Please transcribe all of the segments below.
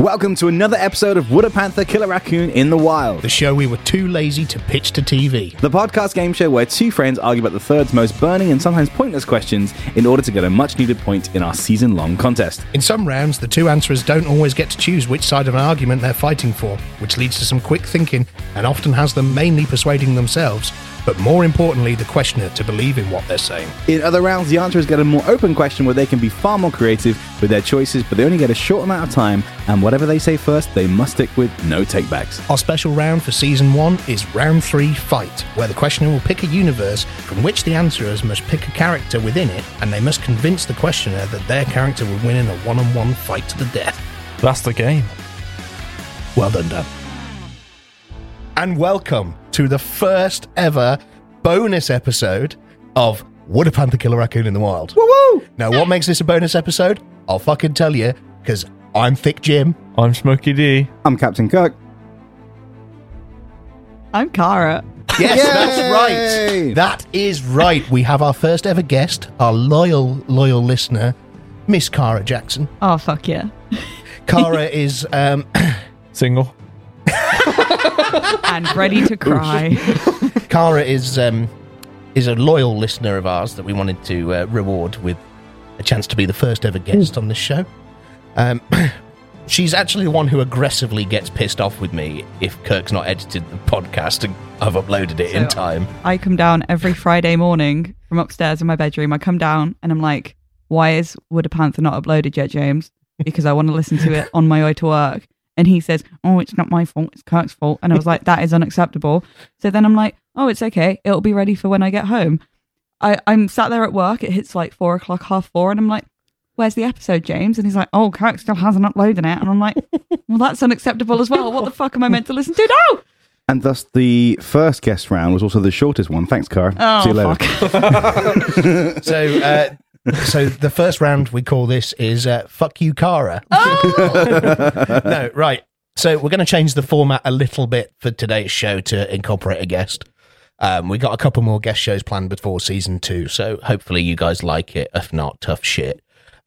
Welcome to another episode of Would a Panther Kill a Raccoon in the Wild, The show we were too lazy to pitch to TV. the podcast game show where two friends argue about the third's most burning and sometimes pointless questions in order to get a much needed point in our season long contest. In some rounds, the two answerers don't always get to choose which side of an argument they're fighting for, which leads to some quick thinking and often has them mainly persuading themselves, but more importantly, the questioner to believe in what they're saying. In other rounds, the answerers get a more open question where they can be far more creative with their choices, but they only get a short amount of time, and whatever they say first, they must stick with no takebacks. Our special round for season one is round three fight, where the questioner will pick a universe from which the answerers must pick a character within it, and they must convince the questioner that their character would win in a one on one fight to the death. That's the game. Well done, Dan. And welcome to the first ever bonus episode of Would a Panther Kill a Raccoon in the Wild? Woo! Now, what makes this a bonus episode? I'll fucking tell you, because I'm Thick Jim. I'm Smokey D. I'm Captain Kirk. I'm Kara. Yes, that's Yay! right. That is right. We have our first ever guest, our loyal, loyal listener, Miss Cara Jackson. Oh fuck yeah. Cara is um, Single. And ready to cry. Cara is um, is a loyal listener of ours that we wanted to uh, reward with a chance to be the first ever guest on this show. Um, she's actually the one who aggressively gets pissed off with me if Kirk's not edited the podcast and I've uploaded it in So- time. I come down every Friday morning from upstairs in my bedroom. I come down and I'm like, why is Would a Panther not uploaded yet, James? Because I want to listen to it on my way to work. And he says, Oh, it's not my fault, it's Kirk's fault. And I was like, That is unacceptable. So then I'm like, Oh, it's okay. It'll be ready for when I get home. I, I'm sat there at work. It hits like four o'clock, half four. And I'm like, Where's the episode, James? And he's like, Oh, Kirk still hasn't uploaded it. And I'm like, Well, that's unacceptable as well. What the fuck am I meant to listen to now? And thus, the first guest round was also the shortest one. Thanks, Cara. Oh, See you later. fuck. So, uh, so the first round we call this is uh, "fuck you, Cara." no, right. So we're going to change the format a little bit for today's show to incorporate a guest. Um, we got a couple more guest shows planned before season two, so hopefully you guys like it. If not, tough shit.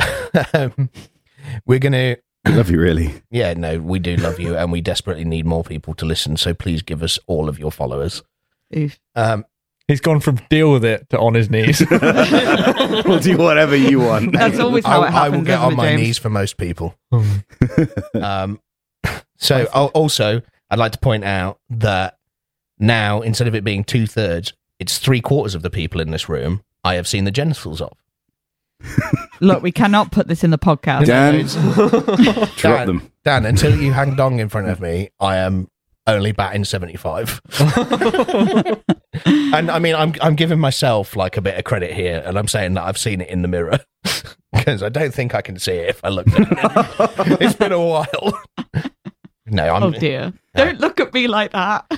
um, we're gonna, Love you, really. yeah, no, we do love you, and we desperately need more people to listen. So please give us all of your followers. Oof. Um, He's gone from deal with it to on his knees. we'll do whatever you want. That's always how I, it I happens. will get isn't on it, my James? knees for most people. Um, Um, so al- also, I'd like to point out that now instead of it being two thirds, it's three quarters of the people in this room I have seen the genitals of. Look, we cannot put this in the podcast. Dan, drop Dan, them. Dan, until you hang dong in front of me, I am only batting seventy five. and I mean, I'm I'm giving myself like a bit of credit here, and I'm saying that I've seen it in the mirror. Because I don't think I can see it if I look. At it. it's been a while. No, I'm. Oh dear. Don't look at me like that.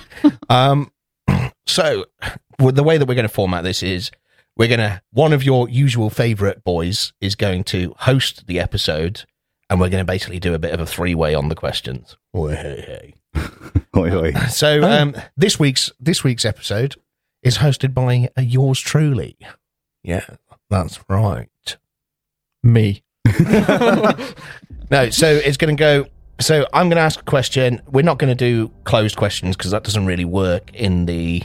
Um, so with the way that we're going to format this is we're going to one of your usual favorite boys is going to host the episode, and we're going to basically do a bit of a three way on the questions. Hoi hoi. So um, this week's this week's episode is hosted by uh, yours truly. Yeah, that's right. me. No, so it's going to go. So I'm going to ask a question. We're not going to do closed questions because that doesn't really work in the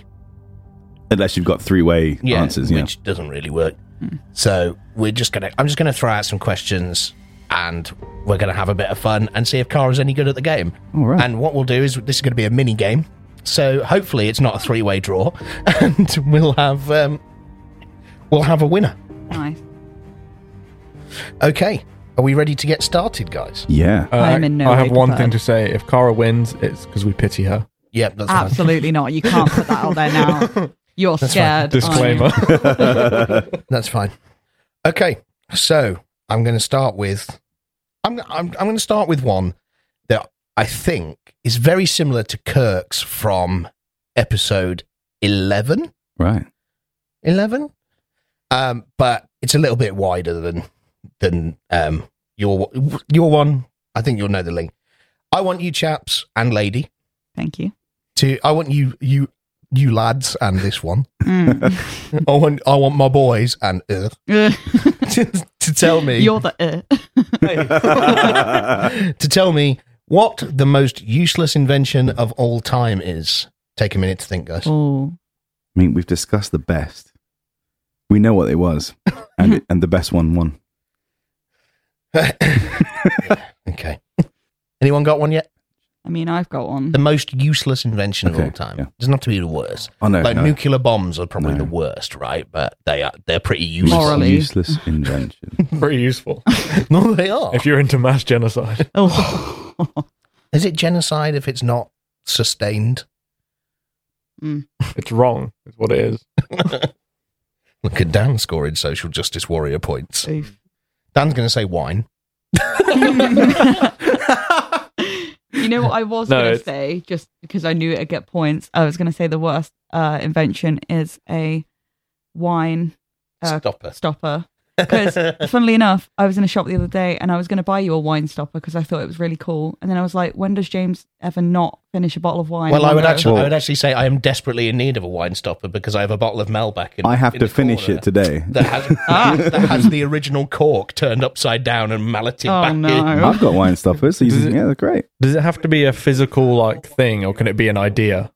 Unless you've got three way answers, yeah. which doesn't really work. So we're just gonna. I'm just gonna throw out some questions, and we're gonna have a bit of fun and see if Cara's any good at the game. All right. And what we'll do is this is gonna be a mini game. So hopefully it's not a three way draw, and we'll have um, we'll have a winner. Nice. Okay. Are we ready to get started, guys? Yeah. Uh, I'm in no I have way one prepared. thing to say. If Kara wins, it's because we pity her. Yep, that's fine. Absolutely not. You can't put that out there now. You're scared. Disclaimer. That's fine. Okay, so I'm going to start with I'm I'm I'm going to start with one that I think is very similar to Kirk's from episode 11, Right. 11. Um but it's a little bit wider than than um your your one. I think you'll know the link. I want you chaps and lady Thank you. to I want you you you lads and this one. Mm. I want I want my boys and uh, to, to tell me You're the. Uh. to tell me What the most useless invention of all time is? Take a minute to think, guys. Oh, I mean, we've discussed the best. We know what it was, and Mm-hmm. it, and the best one won. Okay. Anyone got one yet? I mean, I've got one. The most useless invention of Okay, all time. yeah. Doesn't have to be the worst. Oh no, like no. nuclear bombs are probably No. the worst, right? But they are they're pretty Most useless. Morally. useless invention. Pretty useful no, they are. if you're into mass genocide. Oh, Is it genocide if it's not sustained? It's wrong. Is what it is. Look at Dan scoring social justice warrior points. Oof. Dan's going to say wine. you know what I was No, going to it's- say, just because I knew it'd get points. I was going to say the worst uh, invention is a wine Uh, Stop us. stopper. Because, funnily enough, I was in a shop the other day and I was going to buy you a wine stopper because I thought it was really cool. And then I was like, when does James ever not finish a bottle of wine? Well, I would Never. actually, I Well- would actually say I am desperately in need of a wine stopper because I have a bottle of Malbec. In, I have in to the finish corner it today. That has, Ah. that has the original cork turned upside down and malleted Oh, back in. no. I've got wine stoppers. He's- yeah, they're great. Does it have to be a physical like thing, or can it be an idea?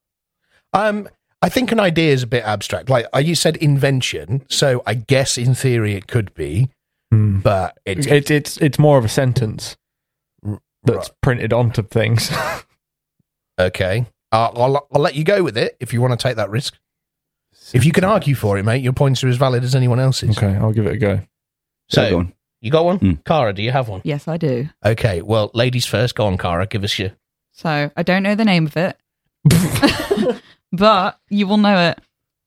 Um, I think an idea is a bit abstract. Like uh, you said, invention. So I guess in theory it could be, Hmm. but it's It's it's it's more of a sentence that's printed onto things. okay. Uh, I'll, I'll let you go with it if you want to take that risk. If you can argue for it, mate, your points are as valid as anyone else's. okay, I'll give it a go. So, go So on. you got one, Mm. Cara? Do you have one? Yes, I do. Okay. Well, ladies first. Go on, Cara. Give us your. So I don't know the name of it, but you will know it.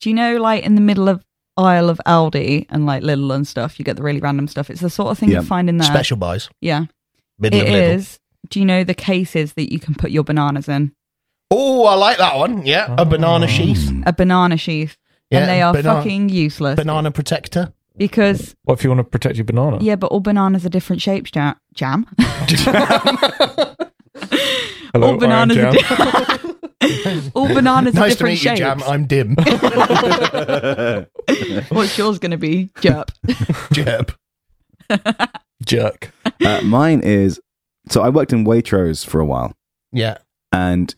Do you know, like in the middle of Isle of Aldi and like Lidl and stuff, you get the really random stuff. It's the sort of thing Yeah. you find in there. Special buys. Yeah, Middle it of Lidl. is. Do you know the cases that you can put your bananas in? Oh, I like that one. Yeah, a banana Oh. sheath. Mm. A banana sheath, Yeah, and they are bana- fucking useless banana protector. because What if you want to protect your banana? yeah, but all bananas are different shapes. Jam, jam. Hello, all bananas. I am Are Jam. di- all bananas are nice to different meet you, shapes. Jam. I'm Dim. Uh, What's yours going to be? Jerp. Jeb. Jerk. Uh, mine is so I worked in Waitrose for a while, Yeah. and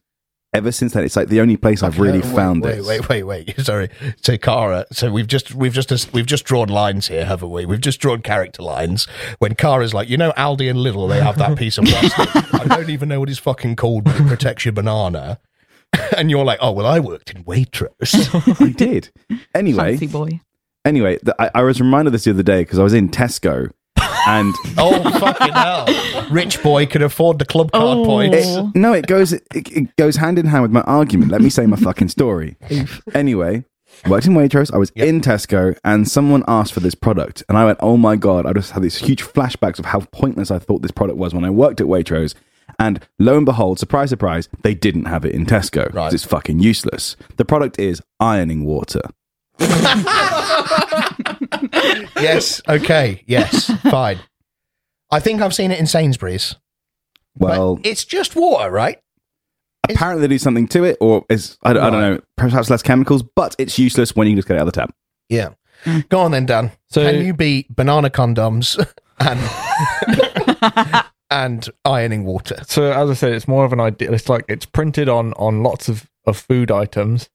ever since then, it's like the only place I've really Uh, Wait, found wait, this. Wait, wait, wait, wait. Sorry. So, Kara. So we've just we've just we've just drawn lines here, haven't we? We've just drawn character lines. When Kara's like, you know, Aldi and Lidl, they have that piece of plastic. I don't even know what it's fucking called, but it protects your banana. And you're like, oh well, I worked in Waitrose. I did. Anyway, Fancy boy. anyway, th- I, I was reminded of this the other day because I was in Tesco, and oh fucking hell! Rich boy could afford the club card Oh. points. it, no, it goes it, it goes hand in hand with my argument. Let me say my fucking story. anyway, worked in Waitrose. I was in Tesco, and someone asked for this product, and I went, "Oh my god!" I just had these huge flashbacks of how pointless I thought this product was when I worked at Waitrose. And lo and behold, surprise, surprise, they didn't have it in Tesco 'cause Right. it's fucking useless. The product is ironing water. yes. Okay. Yes. Fine. I think I've seen it in Sainsbury's. but Well, it's just water, right? apparently they do something to it, or is I don't, I don't know, perhaps less chemicals, but it's useless when you just get it out of the tap. Yeah. Go on then, Dan. So- Can you beat banana condoms and and ironing water? So as I said, it's more of an idea. It's like it's printed on on lots of of food items.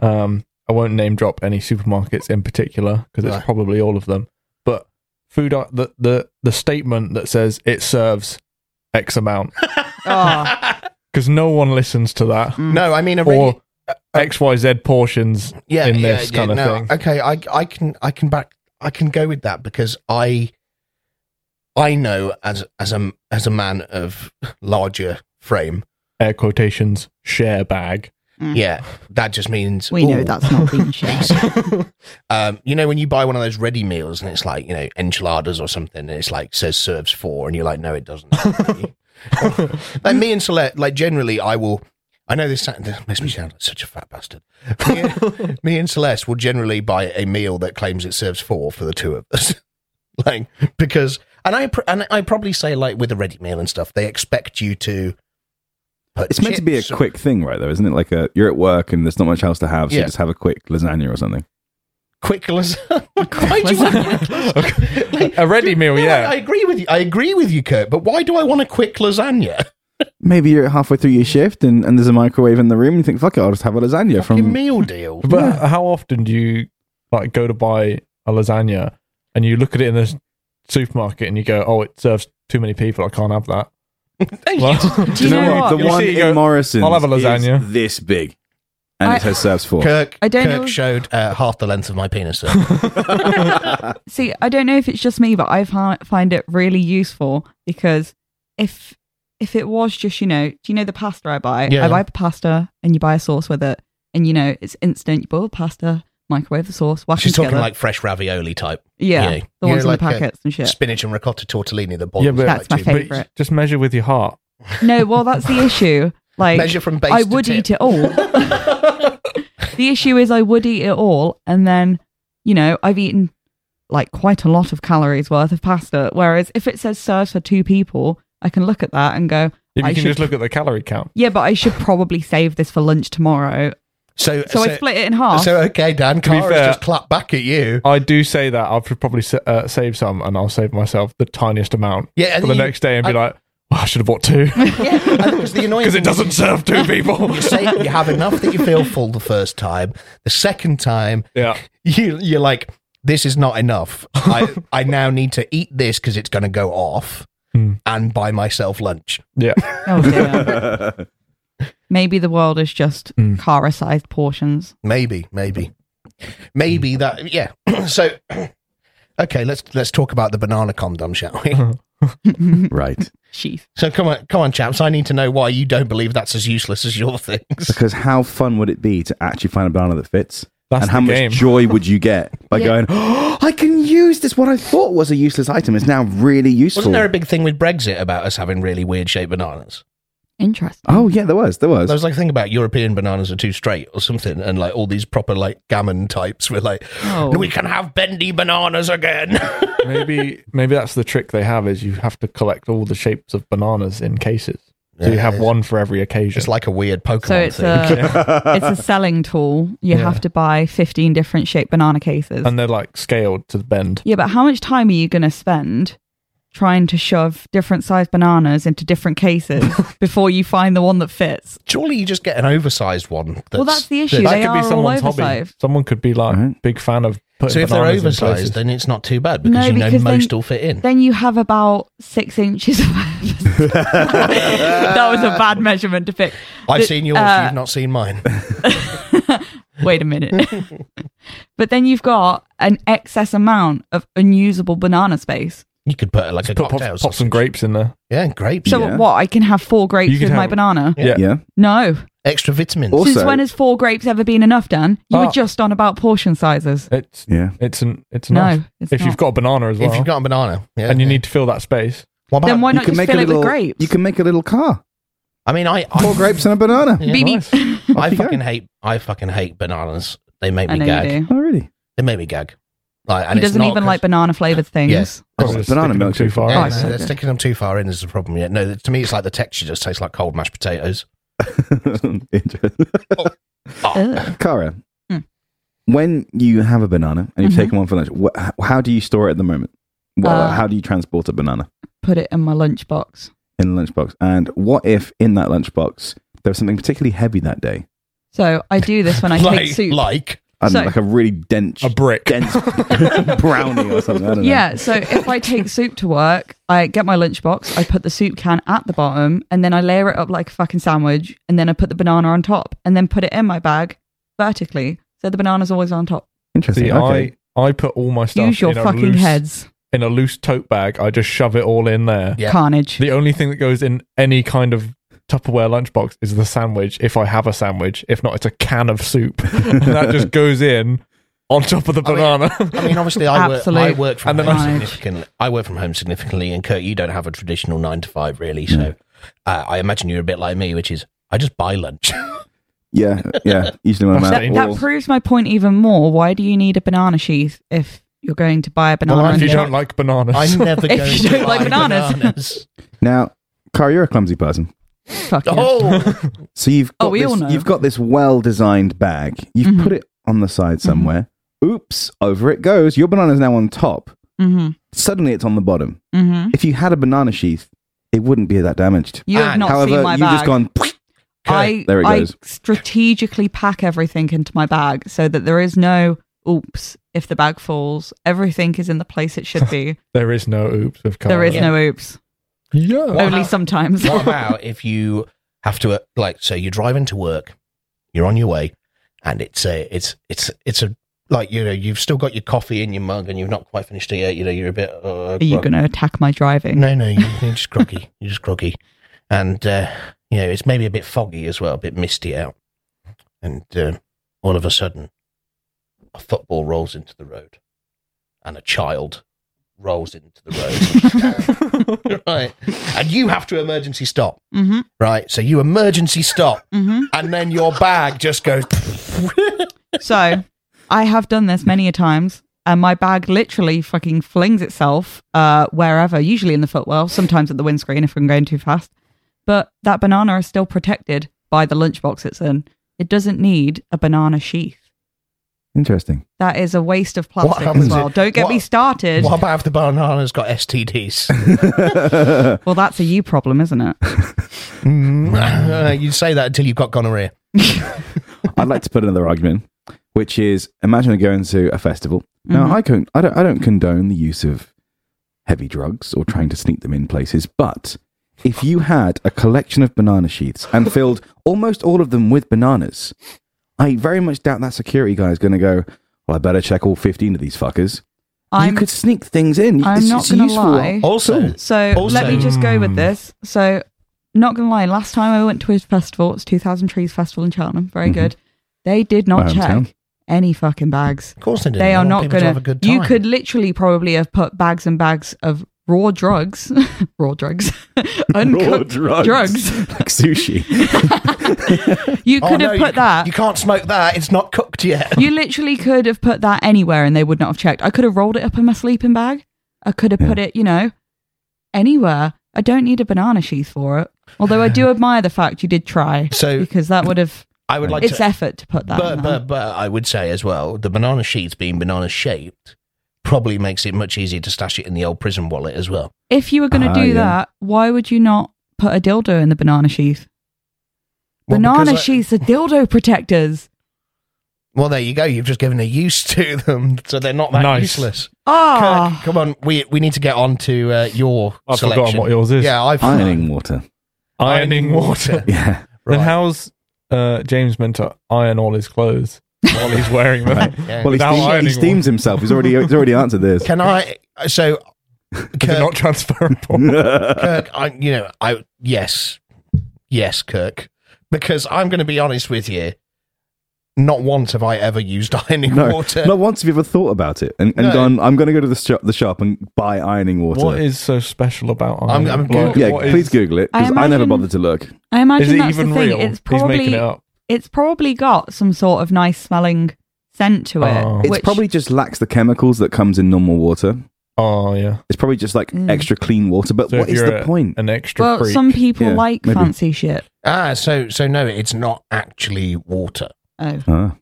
Um, I won't name drop any supermarkets in particular because it's Right. probably all of them. But food i- the the the statement that says it serves X amount Oh, because no one listens to that No, I mean a really, or X Y Z portions yeah, in yeah, this yeah, kind of no, thing. Okay, I I can I can back I can go with that because I I know as as a as a man of larger frame. Air quotations share bag. Yeah, that just means Mm. we know ooh, that's not being shared. um, you know when you buy one of those ready meals and it's like you know enchiladas or something and it's like says serves four and you're like no it doesn't like me and Celeste like generally I will I know this, sa- this makes me sound like such a fat bastard me and, me and Celeste will generally buy a meal that claims it serves four for the two of us like because and I pr- and I probably say like with a ready meal and stuff they expect you to put It's meant to be a chips or- quick thing, right? Though, isn't it? Like a you're at work and there's not much else to have, so Yeah. you just have a quick lasagna or something. quick lasagna. Why do you want quick lasagna? A ready meal, No, I- Oh, yeah. I agree with you. I agree with you, Kurt. But why do I want a quick lasagna? maybe you're halfway through your shift and, and there's a microwave in the room and you think, fuck it, I'll just have a lasagna Fucking from. meal deal. But how often do you like go to buy a lasagna and you look at it in the supermarket and you go, "Oh, it serves too many people. I can't have that." Well, Do you know what? The You'll one see it in go, Morrison. "I'll have a lasagna." this big. And I- it has serves four. Kirk, I don't Kirk know- showed uh, half the length of my penis. There. See, I don't know if it's just me, but I fi- find it really useful because if if it was just you know, do you know the pasta I buy? Yeah. I buy the pasta and you buy a sauce with it, and you know it's instant. You boil the pasta, microwave the sauce, whack She's them talking together. like fresh ravioli type. yeah, yeah. the You ones know, in like, the uh, packets and shit. Spinach and ricotta tortellini, the bottom. Yeah, but- That's my But favourite. you just measure with your heart. no, well that's the issue. Like Measure from base I to would tip. eat it all. the issue is I would eat it all, and then you know I've eaten like quite a lot of calories worth of pasta. Whereas if it says serves for two people, I can look at that and go, If you I can should- just look at the calorie count. yeah, but I should probably save this for lunch tomorrow. So, So, I split it in half. So okay, Dan, be Cara's fair- just clapped back at you. I do say that I'll probably sa- uh, save some, and I'll save myself the tiniest amount Yeah, and for the you- next day, and be I- like, "Oh, "I should have bought two I think it's the annoying because thing- it doesn't serve two people." You say you have enough that you feel full the first time. The second time, yeah, you you're like, this is not enough. I I now need to eat this because it's going to go off, Hmm. and buy myself lunch. yeah. oh, dear. Maybe the world is just Mm. Cara sized portions. Maybe, maybe, maybe that. Yeah. so, okay, let's let's talk about the banana condom, shall we? right. Sheath. So come on, come on, chaps. I need to know why you don't believe that's as useless as your things. Because how fun would it be to actually find a banana that fits? That's and how the much game. joy would you get by Yeah. going, oh, I can use this. What I thought was a useless item is now really useful. Wasn't there a big thing with Brexit about us having really weird shaped bananas? Interesting. oh, yeah, there was. There was. There was like a thing about European bananas are too straight or something, and like all these proper like gammon types were like, Oh. we can have bendy bananas again. maybe maybe that's the trick they have is you have to collect all the shapes of bananas in cases. So you Yeah, have it's- one for every occasion. it's like a weird Pokemon So it's uh, thing. a it's a selling tool. You Yeah. have to buy fifteen different shaped banana cases. and they're like scaled to the bend. Yeah, but how much time are you going to spend trying to shove different sized bananas into different cases before you find the one that fits? Surely you just get an oversized one. That's, well, that's the issue. that's- They could are be someone's all hobby. oversized. Someone could be like Right. big fan of putting so if they're bananas in places. oversized, then it's not too bad because No, you know because then- most will fit in. Then you have about six inches. of that was a bad measurement to pick. I've But, seen yours, uh, you've not seen mine. Wait a minute. but then you've got an excess amount of unusable banana space. You could put like a put pop, cocktail. pop some sausage. grapes in there. Yeah, grapes. So Yeah. what? I can have four You grapes could with my have- banana? Yeah. yeah. No. Extra vitamins. Oh, Also- Since when has four grapes ever been enough, Dan? You Oh. Ah. were just on about portion sizes. It's Yeah. it's an it's No, enough. it's if you've not. got a banana as well, If you've got a banana, yeah, and you yeah. need to fill that space, What about- Then why You not can just make fill a it little, with grapes? You can make a little car. I mean, I, I Four grapes and a banana. Yeah, BB. nice. Off I you go. fucking hate. I fucking hate bananas. They make I me know gag. you do. Oh, really? They make me gag. Like, and he it's doesn't not even 'cause- like banana flavored things. Yes. Oh, Just banana sticking them milk too too far. Yeah, Oh, no, so they're good. sticking them too far in is the problem. Yeah, no, to me it's like the texture just tastes like cold mashed potatoes. Interesting. Oh. Ugh. Cara, Hmm. when you have a banana and you've Mhm. taken one for lunch, wh- h- how do you store it at the moment? Well, Uh, how do you transport a banana Put it in my lunchbox. in a lunchbox? And what if in that lunchbox there was something particularly heavy that day? So I do this when I like, take soup. like I don't know, So- like a really dense, a brick. dense brownie or something. I don't know. Yeah, so if I take soup to work, I get my lunchbox, I put the soup can at the bottom, and then I layer it up like a fucking sandwich, and then I put the banana on top, and then put it in my bag vertically. So the banana's always on top. Interesting. See, okay. I I put all my stuff Use your in a fucking loose, heads. in a loose tote bag. I just shove it all in there. Yeah. Carnage. The only thing that goes in any kind of Tupperware lunchbox is the sandwich. If I have a sandwich, if not, it's a can of soup and that just goes in on top of the mean- banana. I mean, obviously, I work. I Absolute work from And then home I- significantly. I work from home significantly, and Kurt, you don't have a traditional nine to five, really. So, uh, I imagine you're a bit like me, which is I just buy lunch. Yeah, yeah. Usually when I'm That- at that wall. proves my point even more. Why do you need a banana sheath if you're going to buy a banana? Well, if and you get- don't like bananas, I never If go you to don't like buy bananas. bananas. Now, Cara, you're a clumsy person. Fuck yeah. oh, So you've got Oh, we this, all know. you've got this well designed bag. You've Mhm. put it on the side somewhere. Oops, over it goes. Your banana's now on top. Mm-hmm. Suddenly it's on the bottom. Mm-hmm. If you had a banana sheath, it wouldn't be that damaged. You have And- not However, seen my you've bag. just gone. I, There it I goes. strategically pack everything into my bag so that there is no oops if the bag falls. Everything is in the place it should be. There is no oops with Cara. there is Yeah. no oops. Yeah. What Only about- sometimes. what about if you have to uh, like so you're driving to work you're on your way and it's a it's it's it's a like you know you've still got your coffee in your mug and you've not quite finished it yet you know you're a bit uh, Are you grog- going to attack my driving? no no you- you're just groggy you're just groggy and uh you know it's maybe a bit foggy as well a bit misty out and uh, all of a sudden a football rolls into the road and a child rolls into the road right and you have to emergency stop hmm Right, so you emergency stop, hmm and then your bag just goes. So I have done this many a times. And my bag literally fucking flings itself uh, wherever, usually in the footwell, sometimes at the windscreen if I'm going too fast. But that banana is still protected by the lunchbox it's in. It doesn't need a banana sheath. Interesting. That is a waste of What plastic as happens well. if- Don't get what- me started. what about if the banana's got STDs? Well, that's a you problem, isn't it? Uh, you say that until you've got gonorrhea. I'd like to put another argument, which is imagine we're going to a festival. Mm-hmm. Now, I can I don't I don't condone the use of heavy drugs or trying to sneak them in places, but if you had a collection of banana sheaths and filled almost all of them with bananas, I very much doubt that security guy is going to go. Well, I better check all fifteen of these fuckers. I'm you could sneak things in. I'm it's, not it's gonna useful. lie. Also, so Also- let me just go Hmm. with this. So, not gonna lie, last time I went to his festival, it's Two Thousand Trees Festival in Cheltenham. Very good. They did My not Mm-hmm. hometown. check any fucking bags. of course they do. They are want not people to gonna. have a good time. you could literally probably have put bags and bags of raw drugs, raw drugs, Raw uncooked drugs, drugs. like sushi. You Oh, could no, have you put c- that. You can't smoke that. It's not cooked yet. you literally could have put that anywhere and they would not have checked. I could have rolled it up in my sleeping bag. I could have put it, you know, anywhere. I don't need a banana sheath for it. Although I do admire the fact you did try. So- because that would have I would like it's to. effort to put that. But, in there. but but I would say as well, the banana sheets being banana shaped probably makes it much easier to stash it in the old prison wallet as well. if you were going to Ah, do yeah. that, why would you not put a dildo in the banana sheath? Well, banana because I- sheaths are dildo protectors. Well, there you go. You've just given a use to them, so they're not that Nice. useless. Kirk, Ah, come on, we we need to get on to uh, your I've selection. forgotten what yours is. yeah, I've Ironing water. Ironing water. Yeah. Right. Then how's uh, James meant to iron all his clothes while he's wearing them? Right. Yeah. Well, he, Without steam- he ironing steams himself. He's already he's already answered this. Can I? So, They're Kirk, not transferable. Kirk, I you know, I yes, yes, Kirk, because I'm going to be honest with you. Not once have I ever used ironing No, water. not once have you ever thought about it and, and No. gone. I'm going to go to the shop, the shop and buy ironing water. What is so special about I'm- ironing? I'm Like, yeah, what please is- Google it because I, I never imagine- bothered to look. I Is imagine it that's the even thing. real? It's he's making it probably up. it's probably got some sort of nice smelling scent to it. Oh. It's which- probably just lacks the chemicals that comes in normal water. Oh yeah. It's probably just like Mm. extra clean water. But So what if is you're the a- point? An extra Well, freak. some people Yeah, like maybe. fancy shit. ah, so so no, it's not actually water. Oh, Ah.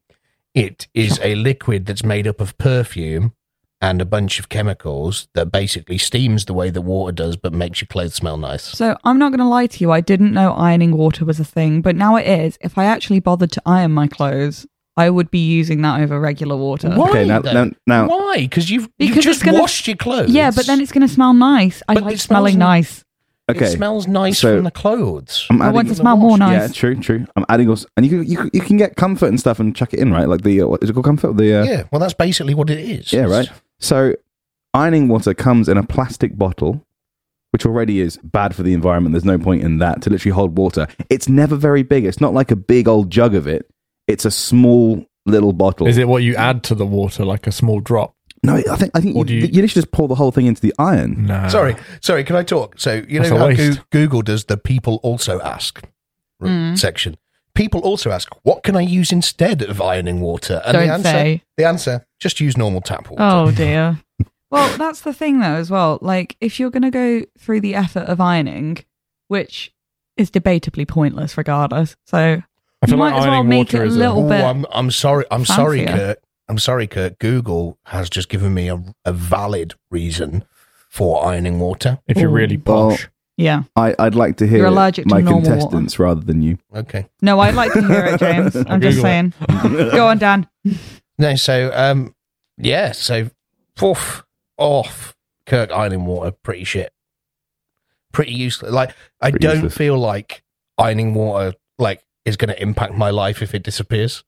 It is a liquid that's made up of perfume and a bunch of chemicals that basically steams the way that water does, but makes your clothes smell nice. so I'm not going to lie to you. I didn't know ironing water was a thing, but now it is. If I actually bothered to iron my clothes, I would be using that over regular water. uh, Why? okay, now though? now, now Why? Because you've Because you it's just gonna- washed your clothes. Yeah, but then it's going to smell nice. I But like it smells smelling not- nice. okay. It smells nice So- from the clothes. I'm I want adding. to smell more Yeah, nice. true, true. I'm adding also, and you, can- you can- you can get comfort and stuff and chuck it in, right? Like the uh, what is it called? Comfort? The uh, yeah, well, that's basically what it is. Yeah, right. So ironing water comes in a plastic bottle, which already is bad for the environment. There's no point in that to literally hold water. It's never very big. It's not like a big old jug of it. It's a small little bottle. Is it what you add to the water, like a small drop? No, I think I think you, Or do you, you- Mm. literally just pour the whole thing into the iron. No. Sorry, sorry. Can I talk? So you Uh, That's know a how waste. Goo- Google does the people also ask r- Mm. section. People also ask, what can I use instead of ironing water? And Don't the answer, say. the answer, just use normal tap water. Oh dear. well, that's the thing though as well. Like if you're going to go through the effort of ironing, which is debatably pointless regardless. So I feel You like might as well ironing make it water a is little- Ooh, bit I'm, I'm sorry. I'm sorry, fancier. Kurt. I'm sorry, Kurt. Google has just given me a, a valid reason for ironing water. if you're Ooh. really posh. Yeah. I, I'd like to hear You're it, allergic to my normal water. contestants rather than you. Okay. No, I'd like to hear it, James. I'm Google just it. saying. Go on, Dan. No, so um, yeah, so poof off Kirk Island water, pretty shit, pretty useless. Like I Pretty don't useless. feel like ironing water like is going to impact my life if it disappears.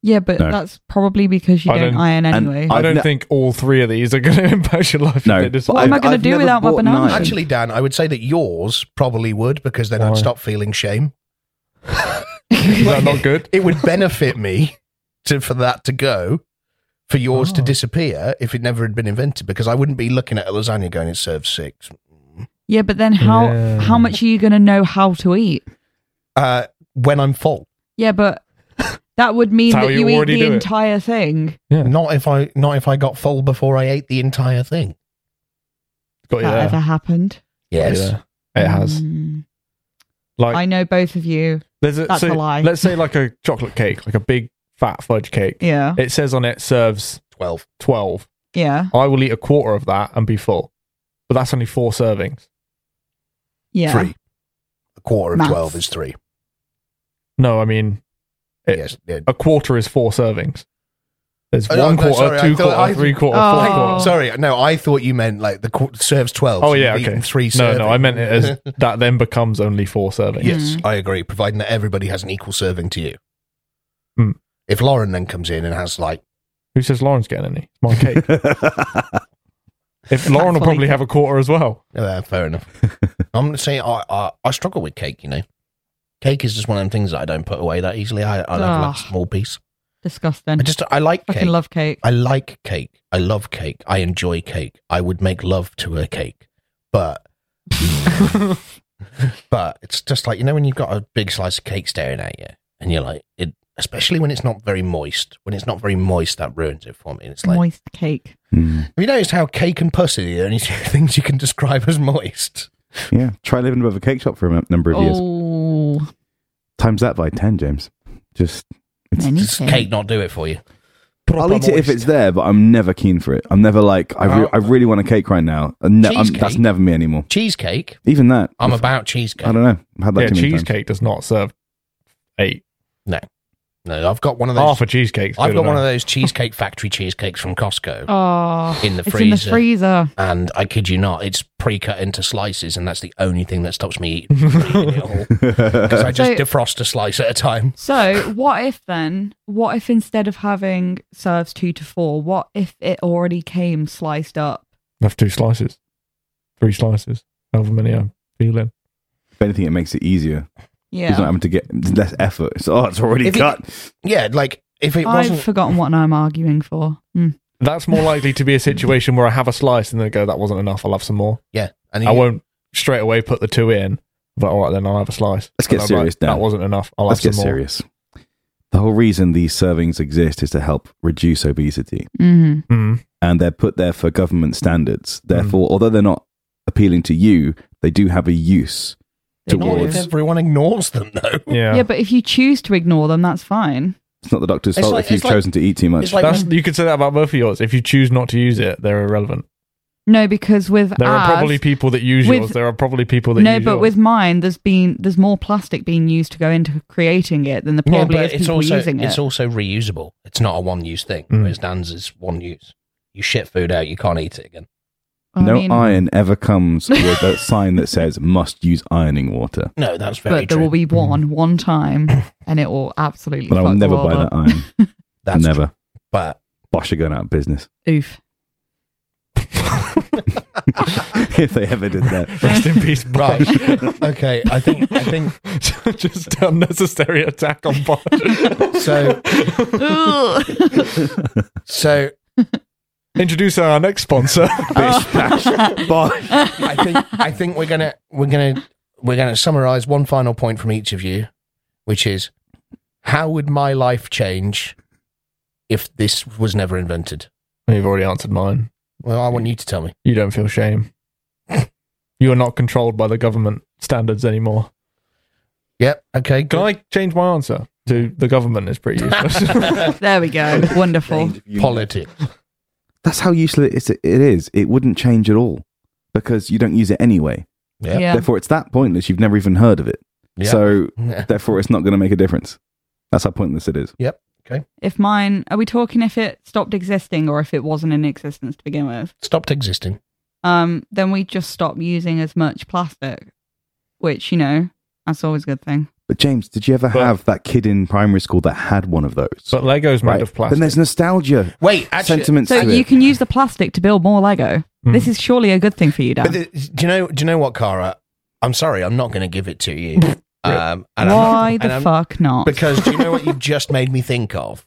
Yeah, but No. that's probably because you I don't, don't- iron And anyway. I- I I've don't ne- think all three of these are going to impact your life. No, if they but What am I I've- gonna I've do never without my bought banana? knives. Actually, Dan, I would say that yours probably would because then I'd Why? stop feeling shame. Is that not good? It would benefit me to for that to go, for yours to Oh. disappear if it never had been invented because I wouldn't be looking at a lasagna going it serves six. yeah, but then how Yeah. how much are you going to know how to eat? Uh, when I'm full. Yeah, but that would mean That's how that you you, eat already the do it. entire thing. Not if I not if I got full before I ate the entire thing. Got you That ever there. happened? Got you there. It has. Mm. Like I know both of you. there's a, that's so a lie. Let's say like a chocolate cake, like a big fat fudge cake. Yeah. It says on it serves Twelve. twelve. Yeah. I will eat a quarter of that and be full, but that's only four servings. Yeah. Three. A quarter of Maths. twelve is three. No, I mean It- yes. yeah. a quarter is four servings. There's Oh, one no, quarter, sorry, I two thought- quarter, I- three quarter, Oh. four quarter. Sorry, no, I thought you meant like the qu- serves twelve. Oh so yeah, you've okay. eaten Three no, no, I servings. meant it as that then becomes only four servings. yes, Mm. I agree. Providing that everybody has an equal serving to you. Hmm. If Lauren then comes in and has like, Who says Lauren's getting any? It's my cake. if That's Lauren will funny. probably have a quarter as well. uh, fair enough. I'm going to say I, I I struggle with cake. You know, cake is just one of them things that I don't put away that easily. I I like Ah. a small piece. I Disgusting. I just I like fucking cake. love cake. I like cake. I love cake. I enjoy cake. I would make love to a cake, but but it's just like you know when you've got a big slice of cake staring at you, and you're like it. Especially when it's not very moist. When it's not very moist, that ruins it for me. And it's like Moist cake. Hmm. have you noticed how cake and pussy are the only two things you can describe as moist? yeah, try living above a cake shop for a m- number of years. Oh, Times that by 10, James. Just. It's, many Does cake not do it for you? I'll eat it if it's there, but I'm never keen for it. I'm never like, I, re- Oh. I really want a cake right now. And ne- I'm- Cheesecake? that's never me anymore. Cheesecake. Even that. I'm I've- about I cheesecake. don't know. I've had that yeah, too many times. cheesecake does not serve eight. No, I've got one of those. Half a cheesecake. I've got one of those cheesecake factory cheesecakes from Costco. Oh, In the it's in the freezer. freezer. and I kid you not, it's pre-cut into slices, and that's the only thing that stops me eating it all. Because I just So- defrost a slice at a time. So, what if then? What if instead of having serves two to four, what if it already came sliced up? Have two slices, three slices, however many I'm feeling. if anything, it makes it easier. It's not Yeah, having to get it's less effort. It's, oh, it's already If it- cut. Yeah, like if it I've wasn't, forgotten what I'm arguing for. Hmm. That's more likely to be a situation where I have a slice and then go, "That wasn't enough. I'll have some more." yeah, and I you- won't straight away put the two in. But all right, then I'll have a slice. Let's get And I'm serious Like, now. that wasn't enough. I'll Let's have get some more. serious. The whole reason these servings exist is to help reduce obesity, Mhm. Mm. and they're put there for government standards. Mm. Therefore, although they're not appealing to you, they do have a use. They Not if towards- do. everyone ignores them though. Yeah. Yeah, but if you choose to ignore them, that's fine. It's not the doctor's It's fault like- if you've it's like- chosen to eat too much. It's like That's, you could say that about both of yours. If you choose not to use it, they're irrelevant. No, because with There are ours- probably people that use Ah, with- yours. There are probably people that no, use but yours. with mine, there's been there's more plastic being used to go into creating it than the Yeah, probably but is people also using it's it. also reusable. It's not a one-use thing. Mm. Whereas Dan's is one-use. You shit food out, you can't eat it again. I no mean, iron ever comes with a sign that says "must use ironing water," No, that's very but there true. will be one one time, and it will absolutely. but I will fuck the never world buy that up. iron. that's never. True. But Bosch are going out of business Oof. if they ever did that. Rest in peace, right, Bosch. okay. I think I think Just unnecessary attack on Bosch. so. Ugh. So Introduce our next sponsor. Uh. I think I think we're gonna we're gonna we're gonna summarize one final point from each of you, which is how would my life change if this was never invented? You've already answered mine. Well, I want you to tell me. You don't feel shame. You are not controlled by the government standards anymore. Yep. Okay. Can I change my answer to the government is pretty useless? there we go. Wonderful. Politics. That's how useless it is. It wouldn't change at all because you don't use it anyway. Yeah. Yeah. Therefore, it's that pointless. You've never even heard of it. Yeah. So, Yeah. therefore, it's not going to make a difference. That's how pointless it is. If mine, are we talking if it stopped existing or if it wasn't in existence to begin with? Stopped existing. Um, then we just stop using as much plastic, which you know that's always a good thing. But James, did you ever But- have that kid in primary school that had one of those? But Lego's made Right. of plastic. Then there's nostalgia Wait, actually, sentiments So to you it. can use the plastic to build more Lego. Mm. This is surely a good thing for you, Hmm. But Dan. the, do you know? Do you know what, Cara? I'm sorry, I'm not going to give it to you. Um, and I'm not- Why and the I'm- fuck not? Because do you know what you've just made me think of?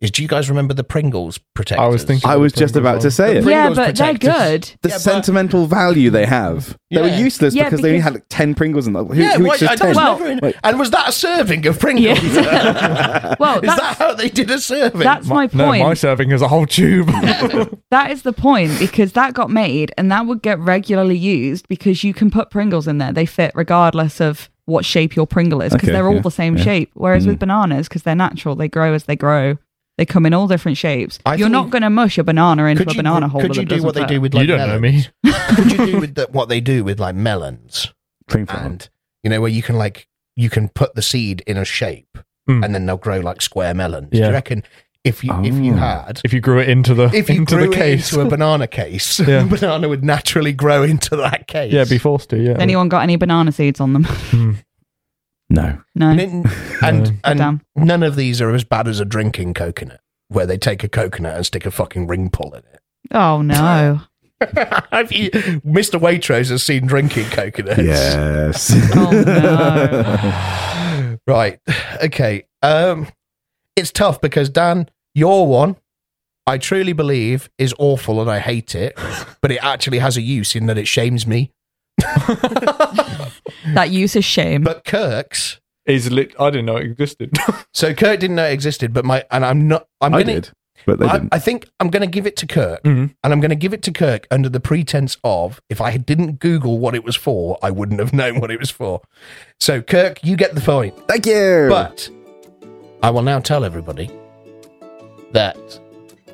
Is do you guys remember the Pringles protectors? thinking- I was just about to say it. Pringles yeah, but they're protectors. good. The Yeah, but- sentimental value they have. They Yeah. were useless Yeah, because, they only because- had like 10 Pringles in them. Who, Yeah, who why, eats just I, that 10? was Well- never in- Wait. and was that a serving of Pringles? Yeah. Well, Is that's, that how they did a serving? that's my point. no, my serving is a whole tube. Hmm. That is the point because that got made and that would get regularly used because you can put Pringles in there. They fit regardless of what shape your Pringle is because Okay, they're all yeah, the same yeah. Mm. shape. Whereas with bananas, because they're natural, they grow as they grow. They come in all different shapes. I You're think- not going to mush a banana into could a you, banana holder. could you that do what doesn't they do fit. with like you don't know melons? me. could you do with the, what they do with like melons Pring Pong. and you know where you can like you can put the seed in a shape Mm. and then they'll grow like square melons do Yeah. you reckon if you if you Oh. had If you grew it into the if you into grew the case, it into a banana case Yeah. the banana would naturally grow into that case yeah, be forced to. Yeah. Anyone got any banana seeds on them? Mm. No. no. and it- and, and Damn. none of these are as bad as a drinking coconut where they take a coconut and stick a fucking ring pull in it Oh, no. Have you, Mr. Waitrose has seen drinking coconuts. Yes. Oh, no. right. Okay. Um, it's tough because Dan, your one, I truly believe is awful and I hate it, but it actually has a use in that it shames me. that use is shame. But Kirk's, Is lit. I didn't know it existed. so Kirk didn't know it existed, but my and I'm not. I'm I gonna. did, but they I, didn't. Mm-hmm. I think I'm going to give it to Kirk, Mhm. and I'm going to give it to Kirk under the pretense of if I didn't Google what it was for, I wouldn't have known what it was for. So, Kirk, you get the point. Thank you. But I will now tell everybody that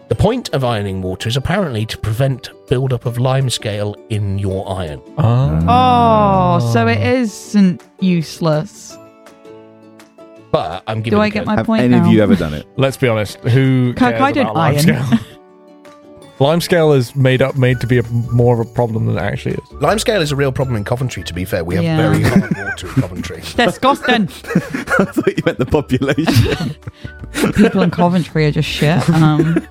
the point of ironing water is apparently to prevent buildup of limescale in your iron. Ah. oh, so it isn't useless. But I'm giving. Do I Kirk- get my have point any now? of you ever done it? Let's be honest. Who Kirk, cares I don't about limescale? limescale is made up, made to be a, more of a problem than it actually is. Limescale is a real problem in Coventry. To be fair, we have Yeah. very hard water in Coventry. Disgusting. I thought you meant the population. people in Coventry are just shit. Um,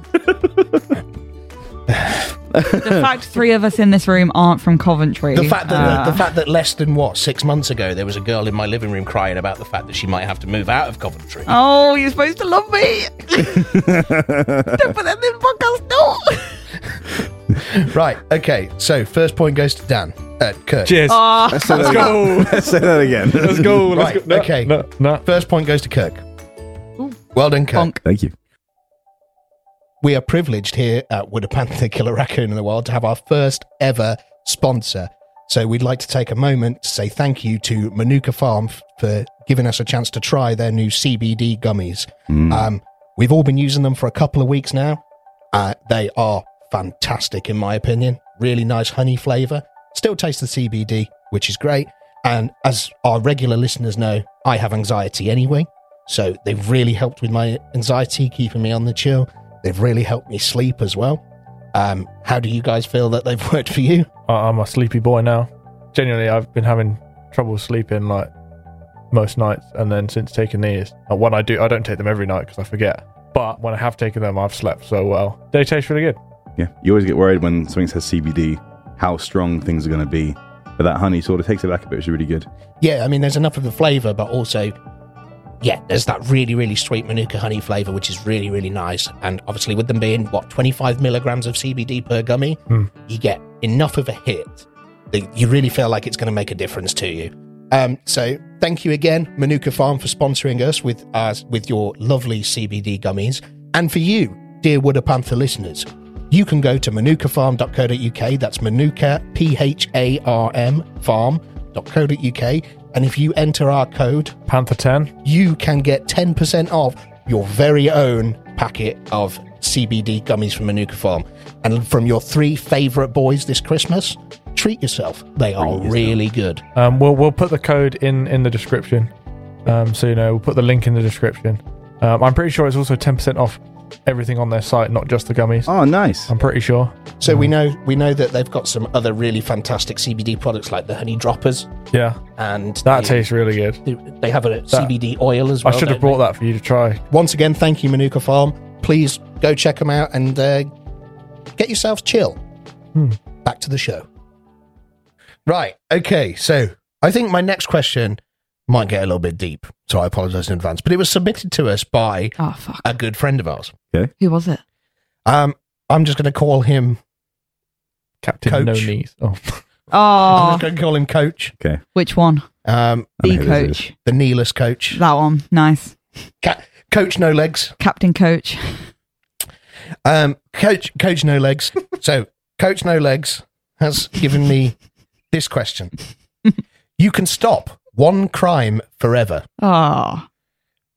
the fact three of us in this room aren't from Coventry. The fact that uh, the fact that less than what six months ago there was a girl in my living room crying about the fact that she might have to move out of Coventry. oh, you're supposed to love me. Don't put that in the podcast. No. Right. Okay. So first point goes to Dan. Uh, Kirk. Cheers. Ah. Oh, Say that Let's again. go. Say that again. Let's go. Right, Let's go. No, okay. No, no. First point goes to Kirk. Ooh. Well done, Kirk. bonk. Thank you. We are privileged here at Would a Panther Kill a Raccoon in the World to have our first ever sponsor. So we'd like to take a moment to say thank you to Manuka Farm f- for giving us a chance to try their new CBD gummies. Um, we've all been using them for a couple of weeks now. Uh, they are fantastic, in my opinion. Really nice honey flavor. Still taste the CBD, which is great. And as our regular listeners know, I have anxiety anyway. So they've really helped with my anxiety, keeping me on the chill. They've really helped me sleep as well. Um, how do you guys feel that they've worked for you? I- I'm a sleepy boy now. Genuinely, I've been having trouble sleeping like most nights, and then since taking these, and when I do, I don't take them every night because I forget. But when I have taken them, I've slept so well. They taste really good. Yeah. You always get worried when something says CBD, how strong things are going to be. But that honey sort of takes it back a bit. It's really good. Yeah, I mean, there's enough of the flavour, but also, yeah, there's that really, really sweet Manuka honey flavour, which is really, really nice. And obviously, with them being, what, 25 milligrams of CBD per gummy, Mm. you get enough of a hit that you really feel like it's going to make a difference to you. Um, so, thank you again, Manuka Farm, for sponsoring us with, uh, with your lovely CBD gummies. And for you, dear Wood Panther listeners, you can go to manukafarm.co.uk. That's manuka, P H A R M, farm.co.uk. And if you enter our code, Panther ten. you can get 10% off your very own packet of CBD gummies from Manuka Farm. And from your three favorite boys this Christmas, treat yourself. They are really good. Um, we'll we'll put the code in in the description, um, so you know we'll put the link in the description. Um, I'm pretty sure it's also ten percent off everything on their site, not just the gummies. Oh, nice. I'm pretty sure. So we know we know that they've got some other really fantastic CBD products like the honey droppers Yeah, and that the- tastes really good. they, they have a CBD oil as I well. should have don't brought that for you to try. they? Once again, thank you, Manuka Farm. Please go check them out and uh, get yourselves chill. Back to the show. Right. Okay. So I think my next question might get a little bit deep, so I apologise in advance. But it was submitted to us by Oh, fuck. a good friend of ours. Who was it? Um, I'm just going to call him. Captain Coach. No Knees. Oh, I'm Oh, just going to call him Coach. which one? Um, I know The who this coach. the kneeless coach. That one. Nice. Ca- coach no legs. Captain Coach. Um, coach, coach no legs. so, coach no legs has given me this question. you can stop one crime forever, Oh,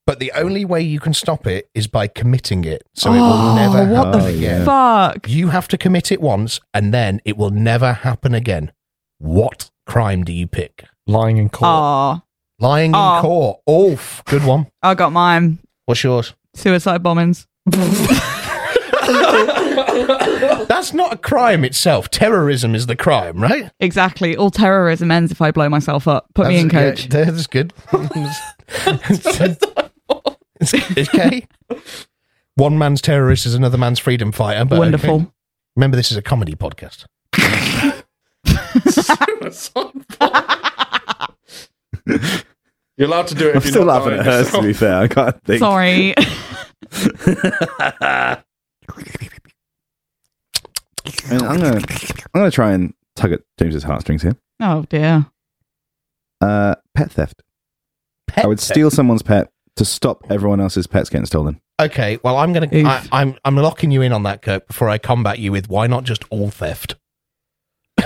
but the only way you can stop it is by committing it. So it will Oh, never what happen the again. fuck. You have to commit it once, and then it will never happen again. What crime do you pick? lying in Ah. court. Oh, Lying Aw. in court. Oof, good one. I got mine. What's yours? Suicide bombings. That's not a crime itself. Terrorism is the crime, right? Exactly. All terrorism ends if I blow myself up. Put me in, That's- coach. yeah, that's good. It's- okay. One man's terrorist is another man's freedom fighter. But okay. Wonderful. Remember, this is a comedy podcast. You're allowed to do it. I'm still laughing at hers, to be fair. I can't think. Sorry. I mean, I'm gonna, I'm gonna try and tug at James's heartstrings here. oh, dear. Uh, pet theft. Pet I would theft. steal someone's pet to stop everyone else's pets getting stolen. Okay, well, I'm gonna. Oof. I, I'm I'm locking you in on that, Kirk. Before I combat you with why not just all theft?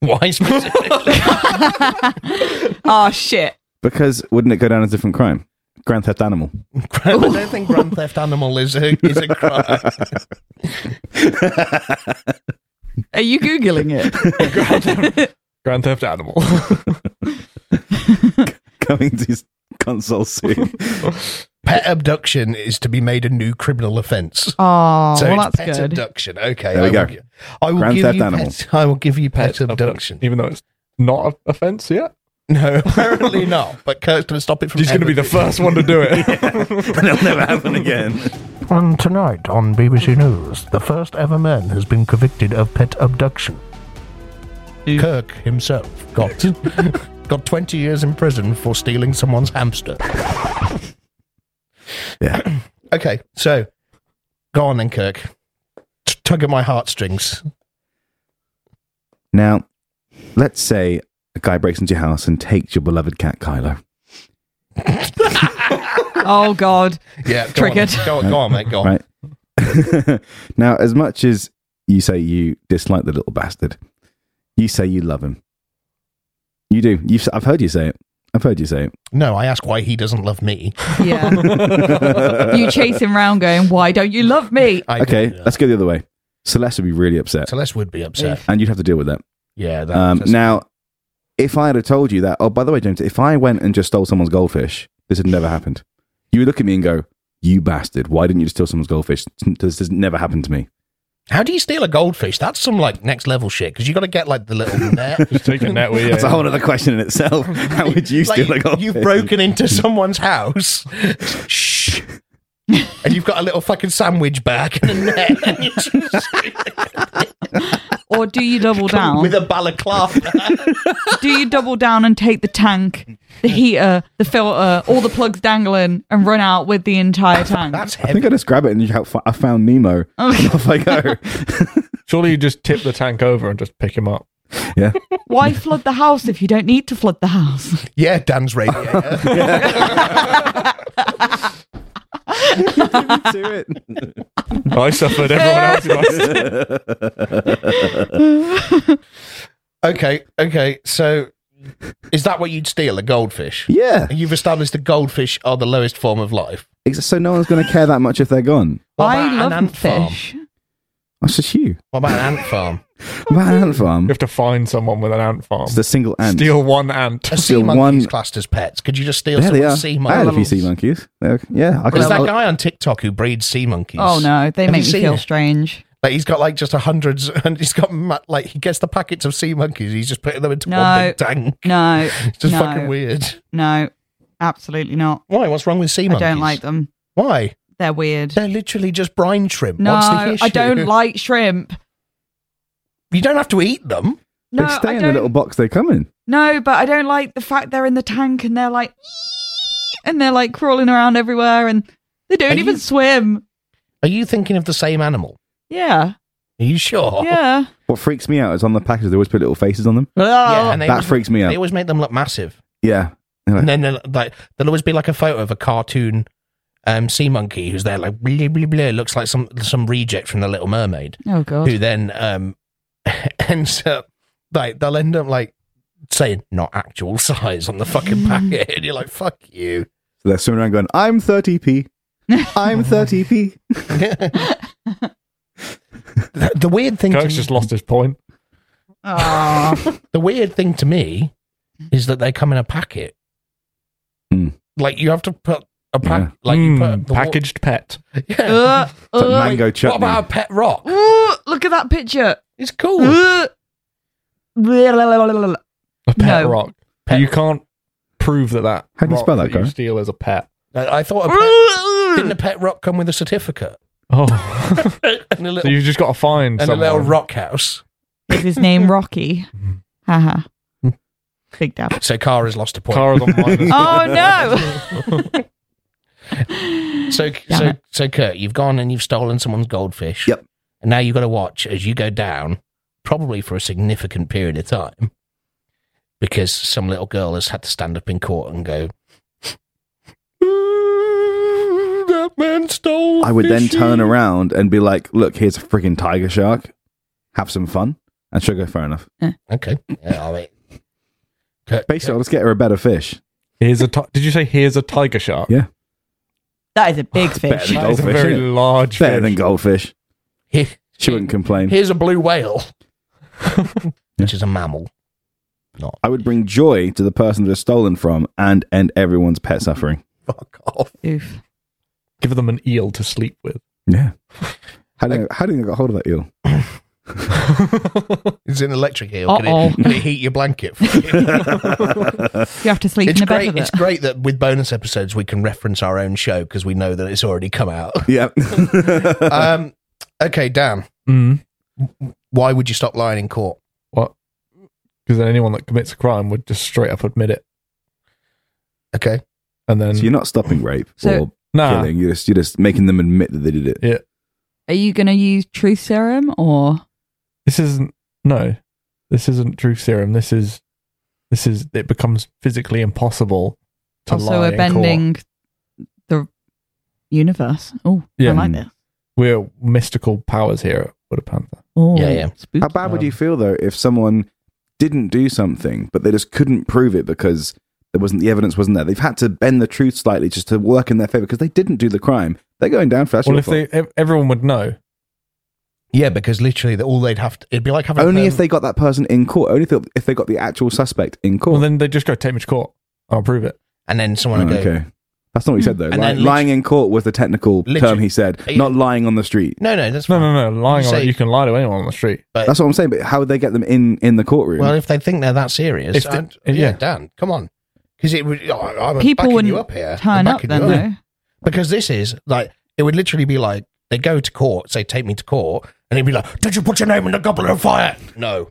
why specifically? oh, shit. Because wouldn't it go down as a different crime? Grand theft animal. I don't think grand theft animal is a is a crime. Are you Googling it? Grand Theft Animal. Coming to his console soon. Pet abduction is to be made a new criminal offence. oh, So well, it's that's pet good. abduction. Okay, There we I go. Will, gi- I will Grand give theft you animal. Pet, I will give you pet, abduction. Even though it's not a offence yet. No, apparently not. But Kurt's going to stop it from. He's going to be the first one to do it. It'll never happen again. And tonight on BBC News, the first ever man has been convicted of pet abduction. Kirk himself got got 20 years in prison for stealing someone's hamster. Yeah. Okay, so go on then, Kirk. T- tug at my heartstrings. Now, let's say a guy breaks into your house and takes your beloved cat Kylo. Oh, God. Yeah, go on. Triggered. Go, on- go on, mate. Go on. Right. now, as much as you say you dislike the little bastard, you say you love him. You do. You've, s- I've heard you say it. I've heard you say it. No, I ask why he doesn't love me. Yeah. you chase him round going, why don't you love me? I Okay, don't, yeah. let's go the other way. Celeste would be really upset, Celeste would be upset. and you'd have to deal with that. Yeah. That, Um, that's- now, if I had told you that, oh, by the way, James, if I went and just stole someone's goldfish, this had never happened. You would look at me and go, "You bastard! Why didn't you just steal someone's goldfish? This has never happened to me." How do you steal a goldfish? That's some like next level shit because you got to get like the little net. Just taking that way. That's a whole other question in itself. How would you steal a Like, goldfish? You've broken into someone's house. Shh. and you've got a little fucking sandwich bag and a net and you just, Or do you double down? with a balaclava. do you double down and take the tank, the heater, the filter, all the plugs dangling, and run out with the entire tank? That's I heavy. think I just grab it and shout, "F- I found Nemo. Oh. Off I go. Surely you just tip the tank over and just pick him up. yeah. Why flood the house if you don't need to flood the house? Yeah, Dan's radiator. Do it. I suffered. Everyone else did. okay, okay. So is that what you'd steal? A goldfish? Yeah. You've established the goldfish are the lowest form of life. Ex- So no one's going to care that much if they're gone. What I about an love ant farm? fish. That's just you. What about an ant farm? About an ant farm. You have to find someone with an ant farm. It's the single ant. Steal one ant. A sea Steal monkey's one- classed as pets. Could you just steal There they are. someone's sea I had a few monkeys? sea monkeys. They're- Yeah, I There's can. that guy on TikTok who breeds sea monkeys. Oh no, they Have make you me seen feel it? strange. Like he's got like just a hundreds, and he's got ma- like he gets the packets of sea monkeys. He's just putting them into one No. big tank. No, It's just no, fucking weird. no, absolutely not. Why? What's wrong with sea I monkeys? don't like them. Why? They're weird. They're literally just brine shrimp. No, What's the issue? I don't like shrimp. You don't have to eat them. No, they stay I in the don't. little box they come in. No, but I don't like the fact they're in the tank and they're like, and they're like crawling around everywhere and they don't Are even you- swim. Are you thinking of the same animal? Yeah, Are you sure? yeah. What freaks me out is on the package they always put little faces on them. Yeah, and they, that always, freaks me they out. always make them look massive. Yeah. And then they'll, like there'll always be like a photo of a cartoon um, sea monkey who's there like blah, blah, blah, looks like some some reject from the Little Mermaid. Oh god. who then um ends up like they'll end up like saying not actual size on the fucking packet and you're like fuck you So they're swimming around going, I'm 30p. I'm 30p. the, the weird thing to Kirk's me, just lost his point. Aw. the weird thing to me is that they come in a packet Hmm. like you have to put a pack Yeah. like you Mm, put the wa- packaged pet. yeah. Uh, It's like uh, mango what chutney. about a pet rock ooh, look at that picture. it's cool Uh, blah, blah, blah, blah, blah. A pet No. rock. Pet- You can't prove that that. How do you rock spell that, You Kirk? steal as a pet. I, I thought a pet, Hmm. didn't a pet rock come with a certificate Oh, and a little, so you've just got to find and a someone. little rock house Is his name Rocky? Haha. Big dab. so Kara's lost a point Cara's on minus. Oh no. So, Damn so, it. so, Kurt, you've gone and you've stolen someone's goldfish. Yep. And now you've got to watch as you go down, probably for a significant period of time, because some little girl has had to stand up in court and go, "Mm, "That man stole." I would then fishy." turn around and be like, look, here's a freaking tiger shark. Have some fun. And she'll go, fair enough. Okay. Yeah, all right. Kurt, Basically, I'll just get her a better fish. Here's a. Ti- Did you say here's a tiger shark? Yeah. that is a big fish. Better than That is a goldfish, very isn't it? large Better fish. than goldfish. here- She wouldn't complain. here's a blue whale, which is a mammal. Not I would bring joy to the person they're stolen from and end everyone's pet suffering. fuck off. Oof. Give them an eel to sleep with. Yeah. How do you, how do you get hold of that eel? It's an electric eel. Can Uh-oh. it, can it heat your blanket? For you? You have to sleep It's in a bed great. with It's it. great that with bonus episodes we can reference our own show because we know that it's already come out. Yeah. um, okay, Dan, Mm. why would you stop lying in court? What? Because then anyone that commits a crime would just straight up admit it, Okay, and then so you're not stopping rape So- or nah. killing. You're just, you're just making them admit that they did it. Are you going to use truth serum or This isn't no. This isn't truth serum. This is this is it becomes physically impossible to also lie a in court. bending the universe? Oh, Yeah. I like this. We're mystical powers here at Wood Panther. Oh, Yeah, yeah. Spooky. How bad would Um, you feel though if someone didn't do something, but they just couldn't prove it because there wasn't the evidence wasn't there? They've had to bend the truth slightly just to work in their favor because they didn't do the crime. They're going down for that's Well, your if fault. they ev- everyone would know. yeah, because literally, the, all they'd have to it'd be like having only a if they got that person in court. Only if they, if they got the actual suspect in court. Well, then they just go take me to court. I'll prove it. and then someone Oh, would go, okay, that's not what he said though. And Ly- then lit- lying in court was the technical Literally- term he said, Yeah. not lying on the street. no, no, that's No, fine. no, no. Lying You on say- it, you can lie to anyone on the street. That's what I'm saying. But how would they get them in in the courtroom? Uh, Well, if they think they're that serious, If the- I'd- yeah, uh, yeah. Dan, come on, because it would. Oh, I'm People backing wouldn't you up here. I'm turn up backing then you though. because this is like it would literally be like they go to court, say take me to court, and he'd be like, did you put your name in the goblet of fire? No.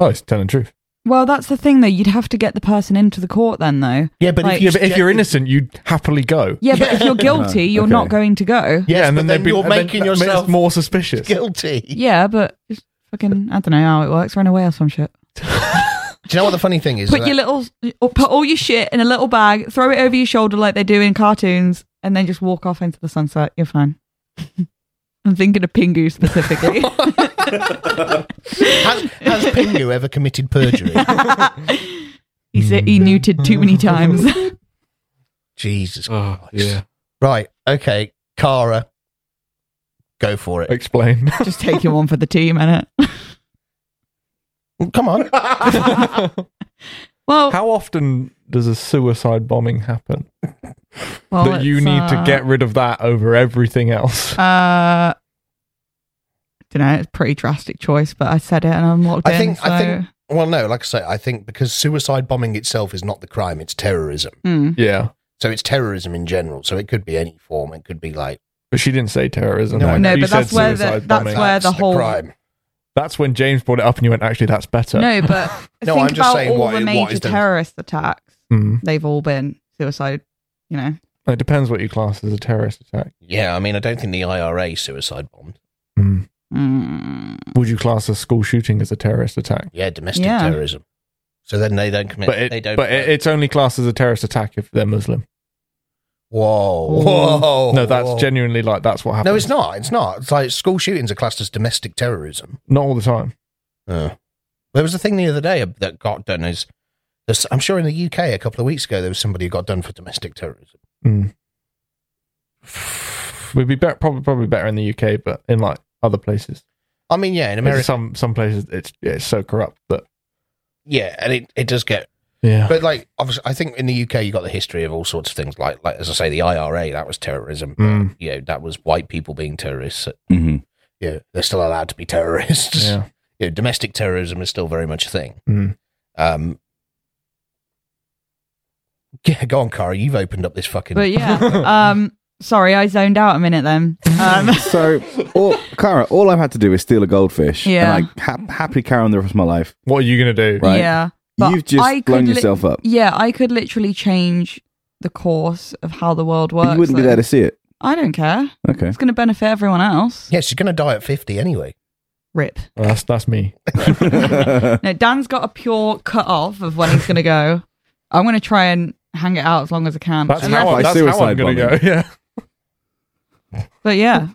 Oh, it's telling the truth. Well, that's the thing though. You'd have to get the person into the court then though. Yeah, but Like- if you Yeah, but if you're innocent, you'd happily go. Yeah, but if you're guilty, you're okay. not going to go. yes, yeah, and then, but then, they'd be you're and then making that makes yourself more suspicious. guilty. Yeah, but just fucking, I don't know how it works. Run away or some shit. Do you know what the funny thing is? Put that- your little, or put all your shit in a little bag, throw it over your shoulder like they do in cartoons, and then just walk off into the sunset. You're fine. I'm thinking of Pingu specifically. has, has Pingu ever committed perjury? he said he neutered too many times. Jesus. Oh, yeah. Right. Okay. Kara, Go for it. Explain. Just taking one for the team, innit? Come on. Well, How often does a suicide bombing happen well, that you it's, need to uh, get rid of that over everything else? Uh, don't know. It's a pretty drastic choice, but I said it and I'm locked I in. think. so, I think. Well, no. Like I say, I think because suicide bombing itself is not the crime; it's terrorism. Hmm. yeah, So it's terrorism in general. So it could be any form. It could be like but she didn't say terrorism. No, I No, She but that's said where the- suicide that's bombing. where- the whole- crime. That's when James brought it up, and you went, "Actually, that's better." No, but No, think I'm just about saying all what- the what major is the- terrorist attacks. Mm. They've all been suicide. You know, It depends what you class as a terrorist attack. Yeah, I mean, I don't think the IRA suicide bombed. Mm. Mm. Would you class a school shooting as a terrorist attack? Yeah, domestic Yeah. terrorism. So then they don't commit. But it, they don't. but it, it's only classed as a terrorist attack if they're Muslim. whoa, Ooh. whoa. no, that's whoa. genuinely like that's what happens. No, it's not. It's not. It's like school shootings are classed as domestic terrorism. not all the time. There was a thing the other day that got done is, there's- I'm sure in the UK a couple of weeks ago there was somebody who got done for domestic terrorism. Mm. We'd be, better probably probably better in the UK, but in like other places, I mean, yeah, in America. America, some some places it's it's so corrupt that yeah, and it, it does get. yeah. But like, obviously, I think in the UK you got the history of all sorts of things. Like, like as I say, the IRA that was terrorism. Mm. You know, that was white people being terrorists. hmm Yeah, they're still allowed to be terrorists. yeah. you know, domestic terrorism is still very much a thing. Mm. Um, yeah, go on, Cara. You've opened up this fucking. but yeah. um, sorry, I zoned out a minute then. Um, So, all, Clara, all I've had to do is steal a goldfish, Yeah. and I ha- happily carry on the rest of my life. What are you gonna do? Right. yeah, but You've just I could blown li- yourself up. yeah. I could literally change the course of how the world works. But you wouldn't be though. there to see it. I don't care. Okay. It's going to benefit everyone else. yeah, she's going to die at fifty anyway. Rip. Well, that's that's me. Uh. No, Dan's got a pure cut off of when he's going to go. I'm going to try and hang it out as long as I can. That's Unless- how, by I, that's how I'm suicide gonna bombing. go. Yeah. but yeah,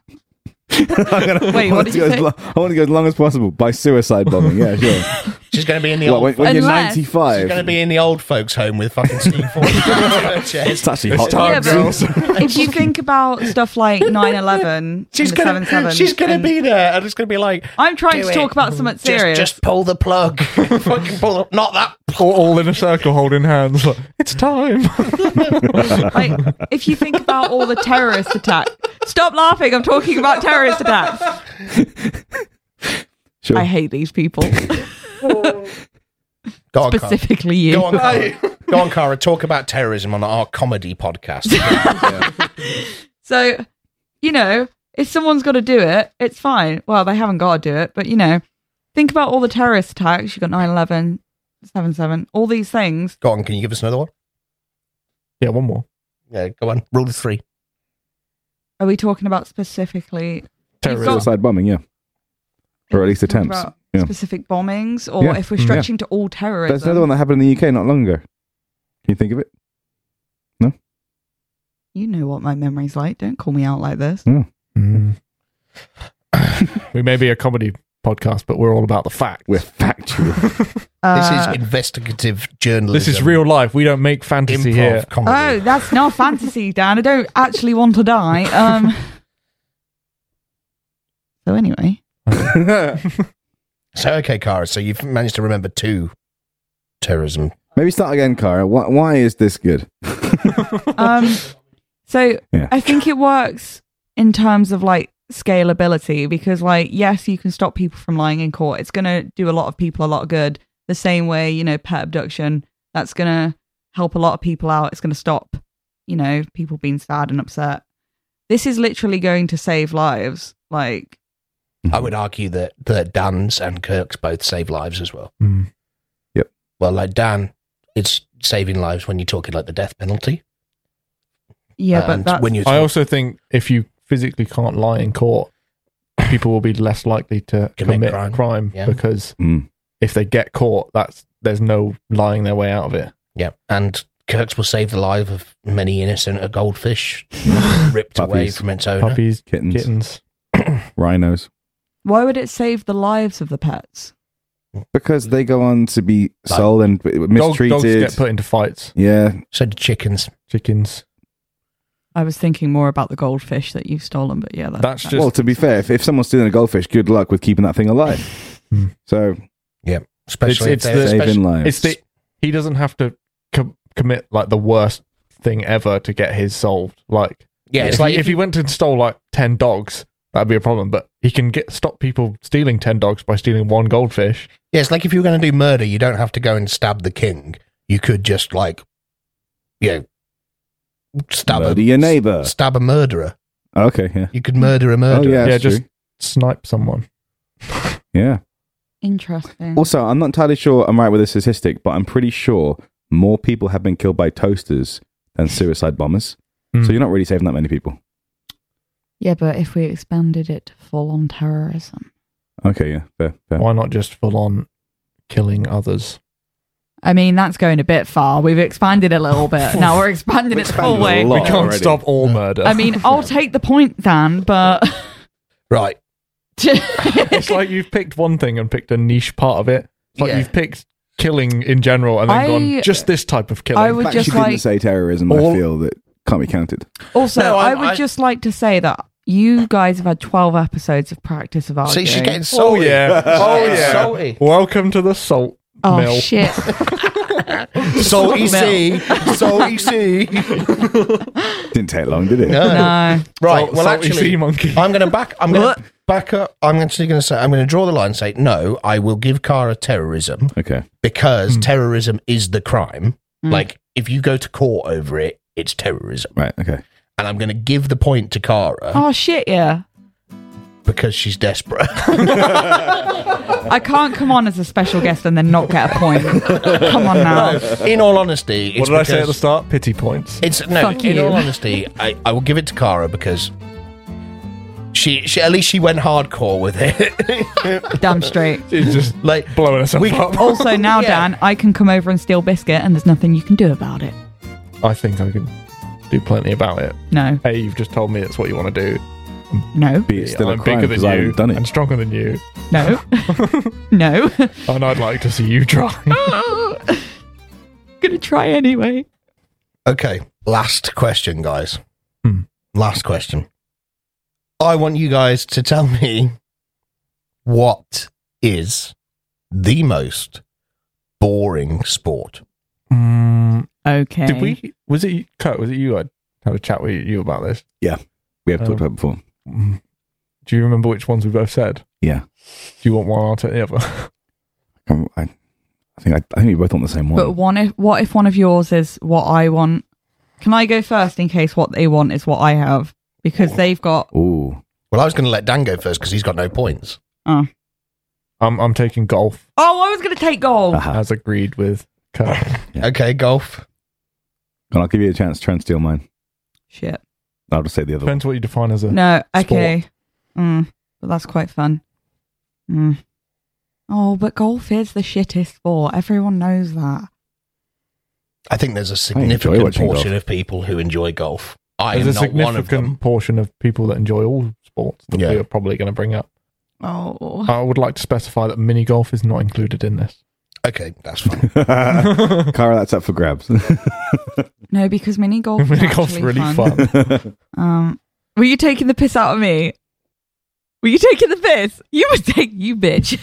Wait, I what want did to go you as say? lo- I want to go as long as possible by suicide bombing. Yeah, sure. She's going to be in the Well, old. when, when you're Unless- she's 95, going to be in the old folks' home with fucking Steve Ford in her it's chest. actually hot. time, Yeah, dogs. but- if you think about stuff like 9/11, She's and the going to. 7/7, She's going and to be there, and it's going to be like. I'm trying "Do to it. talk about something Just, serious. just pull the plug. fucking pull. The, not that. all, all in a circle holding hands. Like, it's time. like, if you think about all the terrorist attack, stop laughing. I'm talking about terrorist attacks. Sure. I hate these people, Go on, Cara. specifically you. Go on, Cara. Go on, Cara. Talk about terrorism on our comedy podcast. So, you know, if someone's got to do it, it's fine. Well, they haven't got to do it, but you know, think about all the terrorist attacks. You've got 9 11, 7 7, all these things. Go on. Can you give us another one? yeah, one more. Yeah, go on. Rule of three. Are we talking about specifically Terrorism. got- suicide bombing, yeah. Or at least talking attempts. about yeah. specific bombings, or Yeah. if we're Mm. stretching to all terrorism? There's another one that happened in the UK not long ago. Can you think of it? You know what my memory's like. Don't call me out like this. Mm. we may be a comedy podcast, but we're all about the fact. We're factual. This Uh, is investigative journalism. This is real life. We don't make fantasy improv here. oh, comedy. that's not fantasy, Dan. I don't actually want to die. Um. so anyway, So okay, Cara. So you've managed to remember two terrorism. Maybe start again, Cara. Why, why is this good? um so Yeah. i think it works in terms of like scalability because like yes you can stop people from lying in court it's going to do a lot of people a lot of good the same way you know pet abduction that's going to help a lot of people out it's going to stop you know people being sad and upset this is literally going to save lives like I would argue that that Dan's and Kirk's both save lives as well. Mm. Well, like Dan, it's saving lives when you're talking like the death penalty. yeah and but that's when you I also think if you physically can't lie in court, people will be less likely to Commit commit, crime. crime, Yeah. because Mm. if they get caught, that's there's no lying their way out of it. yeah, and Kirk's will save the life of many innocent goldfish ripped away Puppies. from its owner. Puppies, Kittens, kittens. rhinos. why would it save the lives of the pets Because they go on to be sold and b- Dog- dogs mistreated. get put into fights. yeah. So do chickens. Chickens. I was thinking more about the goldfish that you've stolen, but yeah, that, That's that- just- well, to be fair, if, if someone's stealing a goldfish, good luck with keeping that thing alive. Hmm. so Especially if It's- it's they're- the- saving especially- lives. It's the he doesn't have to com- commit like the worst thing ever to get his solved. Like yeah, it's if like he, if he went and stole like ten dogs, that'd be a problem. But he can get stop people stealing ten dogs by stealing one goldfish. Yeah, it's like if you were going to do murder, you don't have to go and stab the king. You could just like, you know, stab Murder a your neighbor. stab a murderer. Okay, yeah. You could murder a Oh, murderer. yeah, yeah, that's just true. snipe someone. Yeah. interesting. Also, I'm not entirely sure I'm right with the statistic, but I'm pretty sure more people have been killed by toasters than suicide bombers. Hmm. So you're not really saving that many people. yeah, but if we expanded it to full on terrorism, Okay, yeah, fair, fair. Why not just full on killing others? I mean, that's going a bit far. We've expanded a little bit. now we're expanding We it the full expanded a way. lot. we can't already. stop all murder. I mean, I'll take the point, Dan, but Right. it's like you've picked one thing and picked a niche part of it. It's like Yeah. you've picked killing in general and then I- gone just this type of killing. I would But just she didn't like- say terrorism. All- I feel that can't be counted. also, No, I- I would I- just like to say that you guys have had 12 episodes of practice of See, arguing. she's getting oh salty. yeah. Oh It's yeah. salty. Welcome to the salt oh, mill. shit. Salty Milk. sea. Salty sea. Didn't take long, did it? no. Right. Salt- well, salty sea actually, monkey. I'm going to back. I'm going to back up. I'm actually going to say. I'm going to draw the line and say no. I will give Kara terrorism Okay. because Hmm. terrorism is the crime. Mm. Like if you go to court over it, it's terrorism. Right. Okay. And I'm going to give the point to Kara Oh, shit, yeah. because she's desperate. I can't come on as a special guest and then not get a point. Come on now. in all honesty, it's What did I say at the because- start? Pity points. It's no. Fuck in you. all honesty, I, I will give it to Kara because she, she at least she went hardcore with it. Damn straight. It's just like blowing us up. we Also, now, Yeah. Dan, I can come over and steal biscuit and there's nothing you can do about it. I think I can do plenty about it. No, Hey, you've just told me it's what you want to do. no, Be it still I'm a crime bigger than because I you. haven't done I'm it. stronger than you. no, no. And I'd like to see you try. Gonna try anyway. okay. Last question, guys. Hmm. Last question. I want you guys to tell me what is the most boring sport. Mm, Okay. Did we? Was it Kurt? Was it you? I had a chat with you about this. We have Um, talked about it before. Mm. Do you remember which ones we both said? Yeah. Do you want one or the other? Um, I, I think I, I think we both want the same one. But one if what if one of yours is what I want? Can I go first in case what they want is what I have? Because they've got Ooh. Well, I was going to let Dan go first because he's got no points. I'm I'm taking golf Oh, I was gonna take gold. Aha. as agreed with Kurt. Yeah. Okay, golf. And I'll give you a chance. Try and steal mine. Shit. I'll just say the other one. Depends what you define as a. No, okay. Mm, but that's quite fun. Mm. Oh, but golf is the shittest sport. Everyone knows that. I think there's a enjoy significant watching portion of people who enjoy golf. I There's a am not one of significant them. portion of people that enjoy all sports that Yeah. we are probably going to bring up. Oh. I would like to specify that mini golf is not included in this. Okay, that's fine. Cara, that's up for grabs. No, because mini golf. mini is golf's actually really fun. fun. Um, were you taking the piss out of me? Were you taking the piss? You were taking you bitch.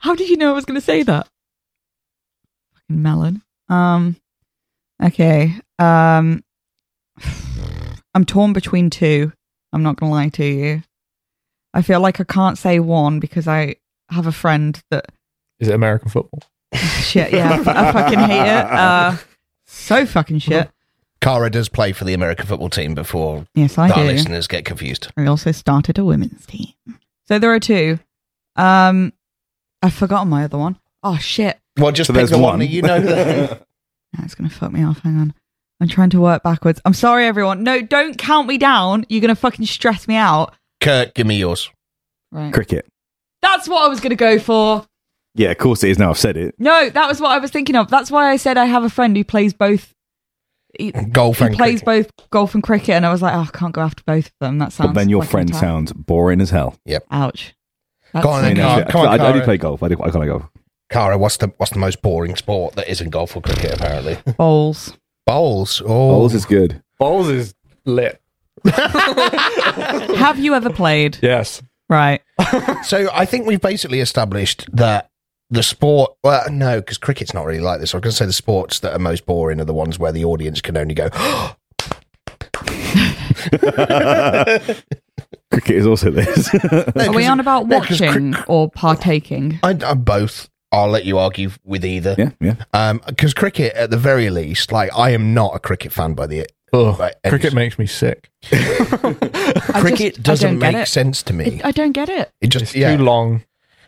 How did you know I was going to say that? Fucking melon. Um, okay. Um, I'm torn between two. I'm not going to lie to you. I feel like I can't say one because I have a friend that Is it American football? shit. Yeah, I, I fucking hate it. Uh, so fucking shit. Cara does play for the American football team before Yes, I our do. listeners get confused. I also started a women's team. So there are two. Um, I've forgotten my other one. Oh shit! Well, just So pick there's the one. one. that you know. that- That's gonna fuck me off. Hang on. I'm trying to work backwards. I'm sorry, everyone. No, don't count me down. You're gonna fucking stress me out. Kurt, give me yours. Right. Cricket. That's what I was gonna go for. Yeah, of course it is now. I've said it. No, that was what I was thinking of. That's why I said I have a friend who plays both. He, Golf he and plays cricket. both golf and cricket, and I was like, oh, I can't go after both of them. That sounds. But then your like friend I'm tired. sounds boring as hell. Ouch. Go I, on mean, then, Come actually, come on, I, I do Cara. play golf. I do. I can't golf. Cara, what's the what's the most boring sport that isn't golf or cricket? Apparently, bowls. bowls. Oh, Bowls is good. Balls is lit. Have you ever played? Yes. Right. So I think we've basically established that the sport, well, no, because cricket's not really like this. I was going to say the sports that are most boring are the ones where the audience can only go, Cricket is also this. Are we on about no, 'cause watching or partaking? I, I'm both. I'll let you argue with either. yeah, yeah. because cricket, at the very least, like I am not a cricket fan by the Ugh. by every- Cricket makes me sick. I cricket just- I doesn't don't get make it. sense to me. It- I don't get it. It just It's yeah. too long.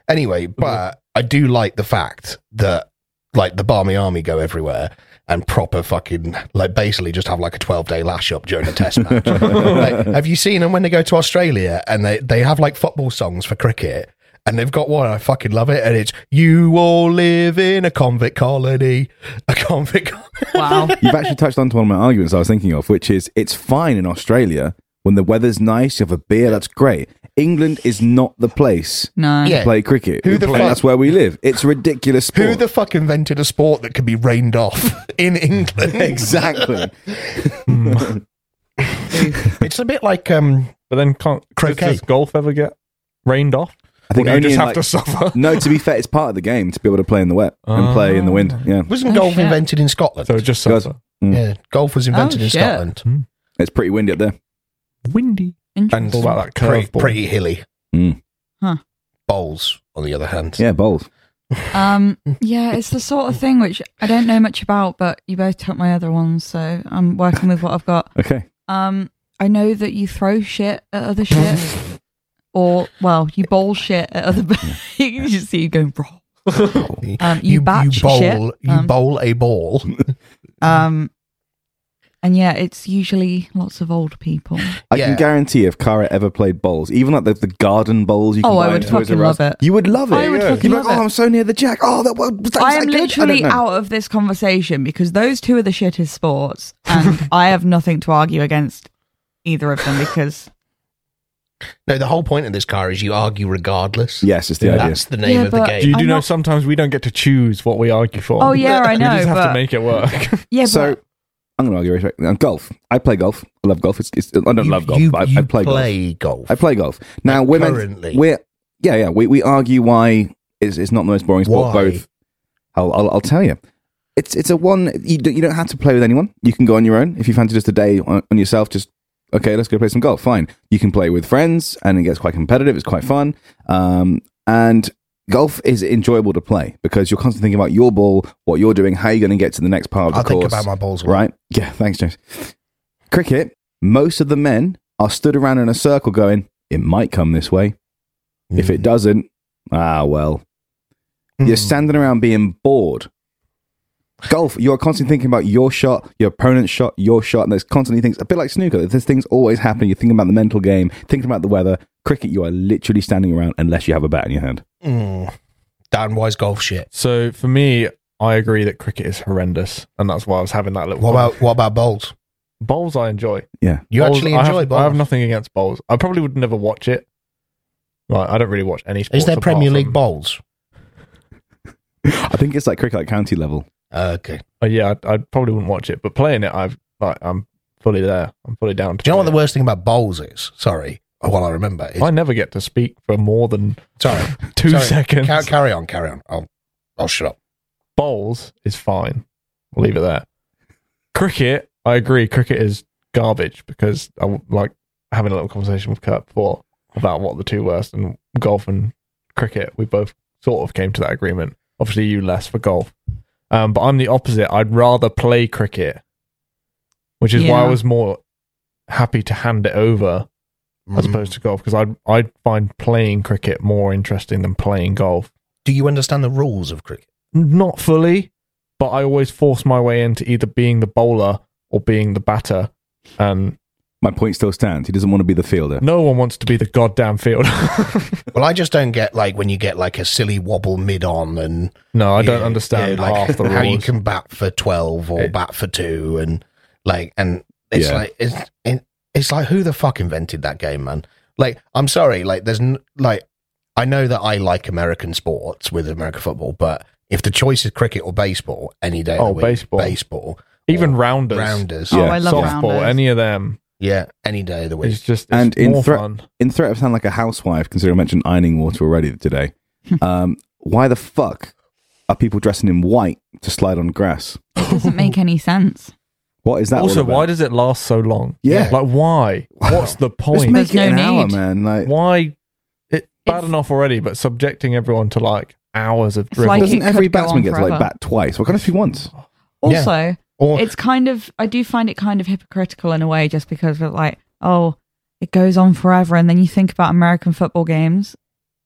Anyway, Mm-hmm. but I do like the fact that like the Barmy Army go everywhere and proper fucking like basically just have like a twelve day lash up during a test match. Like, have you seen them when they go to Australia and they they have like football songs for cricket? And they've got one, I fucking love it, and it's "You all live in a convict colony, a convict." colony. Wow. You've actually touched on to one of my arguments I was thinking of, which is it's fine in Australia when the weather's nice, you have a beer, that's great. England is not the place No. to play cricket. Who the And fuck- That's where we live. It's a ridiculous sport. Who the fuck invented a sport that could be rained off in England? exactly. it's a bit like um But then can't does, Croquet. does golf ever get rained off? I think Or do you only just in, have like- to suffer. No, to be fair, it's part of the game to be able to play in the wet Oh, and play in the wind. Yeah, wasn't Oh, golf shit. invented in Scotland? So just Guys- suffer. yeah, golf was invented Oh, in shit. Scotland it's pretty windy up there. Windy. Interesting. All about that pretty, curveball. pretty hilly. Mm. Huh. Bowls, on the other hand, Yeah, bowls. Um, yeah, it's the sort of thing which I don't know much about, but you both took my other ones, so I'm working with what I've got. Okay. Um, I know that you throw shit at other shit, or well, you bowl shit at other. you just see you going roll. Um, you, batch bowl, shit. you um, bowl a ball. um, and yeah, it's usually lots of old people. I Yeah. can guarantee if Kara ever played bowls, even like the, the garden bowls you can Oh, buy I in would Toys fucking R Us, love it. You would love it. I would yeah. fucking You'd be like, love oh, it. I'm so near the jack. Oh, that was. was that- I was am that good?" literally don't know. out of this conversation because those two are the shittest sports, and I have nothing to argue against either of them because No, the whole point of this car is you argue regardless. Yes, it's the Yeah. idea. that's the name Yeah, of the but- game. Do you do I'm know not- sometimes we don't get to choose what we argue for? Oh yeah, I We know. just have but, to make it work. yeah, so but I'm going to argue. right now. Golf. I play golf. I love golf. It's, it's, I don't You- love golf. you- but I, you I play, golf. golf. I play golf. Now, Like, women. currently. We're yeah, yeah. We, we argue why it's, it's not the most boring sport. Why? Both. I'll, I'll I'll tell you. It's it's a one. You don't, you don't have to play with anyone. You can go on your own if you fancy just a day on, on yourself. Just okay, let's go play some golf. Fine. You can play with friends, and it gets quite competitive. It's quite fun. Um, and golf is enjoyable to play because you're constantly thinking about your ball, what you're doing, how you're going to get to the next part of I'll the course. think about my balls. Right? Yeah, thanks, James. Cricket, most of the men are stood around in a circle going, it might come this way. If Mm. it doesn't, ah, well. Hmm. You're Mm. standing around being bored. Golf, you're constantly thinking about your shot, your opponent's shot, your shot, and there's constantly things, a bit like snooker, there's things always happening. You're thinking about the mental game, thinking about the weather. Cricket, you are literally standing around unless you have a bat in your hand. Mm. Dan Wise golf shit. so for me, I agree that cricket is horrendous, and that's why I was having that little. What about what about bowls? bowls? I enjoy. Yeah. You Bowls, actually I have- enjoy bowls. I have nothing against bowls. I probably would never watch it. Like I don't really watch any. Sports Is there apart Premier from- League bowls? I think it's like cricket, like county level. Uh, Okay. Oh, yeah, I, I probably wouldn't watch it, but playing it, I've like I'm fully there. I'm fully down. To Do you know what play the worst thing about bowls is? Sorry. Well, I remember. it. Is, I never get to speak for more than sorry. two Sorry. seconds. Car- carry on. Carry on. I'll I'll shut up. bowls is fine. We'll leave it there. Cricket, I agree. Cricket is garbage because I w- like having a little conversation with Kurt before about what the two worst and golf and cricket. We both sort of came to that agreement. Obviously, you less for golf, um, but I'm the opposite. I'd rather play cricket, which is why I Yeah. was more happy to hand it over as Mm. opposed to golf because I I find playing cricket more interesting than playing golf Do you understand the rules of cricket? not fully, but I always force my way into either being the bowler or being the batter. And My point still stands. He doesn't want to be the fielder. no one wants to be the goddamn fielder. Well, I just don't get like when you get like a silly wobble mid on and no, I you don't know, understand yeah, like, half the rules. how you can bat for twelve or Yeah. bat for two and like and it's Yeah. like it's it, it's like who the fuck invented that game, man? Like I'm sorry, like there's n- like I know that I like American sports with American football, but if the choice is cricket or baseball any day, of Oh, the week, baseball. baseball. Even rounders, rounders. Yeah. Oh, I love softball, rounders. any of them Yeah, any day of the week. is just it's And in more thre- fun. in threat of sound like a housewife, considering I mentioned ironing water already today, Hmm. um, why the fuck are people dressing in white to slide on grass? It doesn't make any sense. What is that? also, all about? why does it last so long? Yeah. like why? What's the Just point? make There's it an no hour, need. man. Like, why? It bad It's- enough already, but subjecting everyone to like hours of It's dribble. like- doesn't it every could go batsman on get to like forever. bat twice? What kind of few once? Also, Or it's kind of I do find it kind of hypocritical in a way, just because of like, oh, it goes on forever, and then you think about American football games,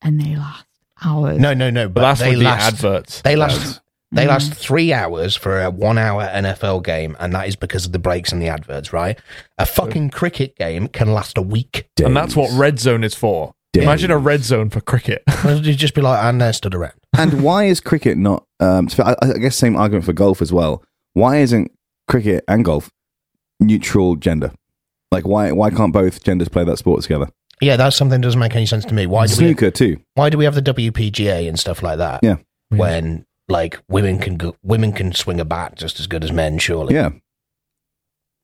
and they last hours. no, no, no. but But that's they with the last. adverts. they last. They Mm-hmm. Mm. last three hours for a one-hour NFL game, and that is because of the breaks and the adverts, right? A fucking cricket game can last a week. and that's what Days. red zone is for. Days. Imagine a red zone for cricket. You'd just be like, and they stood around. and why is cricket not? Um, so I, I guess same argument for golf as well. Why isn't cricket and golf neutral gender? Like, why why can't both genders play that sport together? Yeah, that's something that doesn't make any sense to me. Why do we? Snooker too. Why do we have the WPGA and stuff like that? Yeah. When like women can go, women can swing a bat just as good as men, surely. Yeah,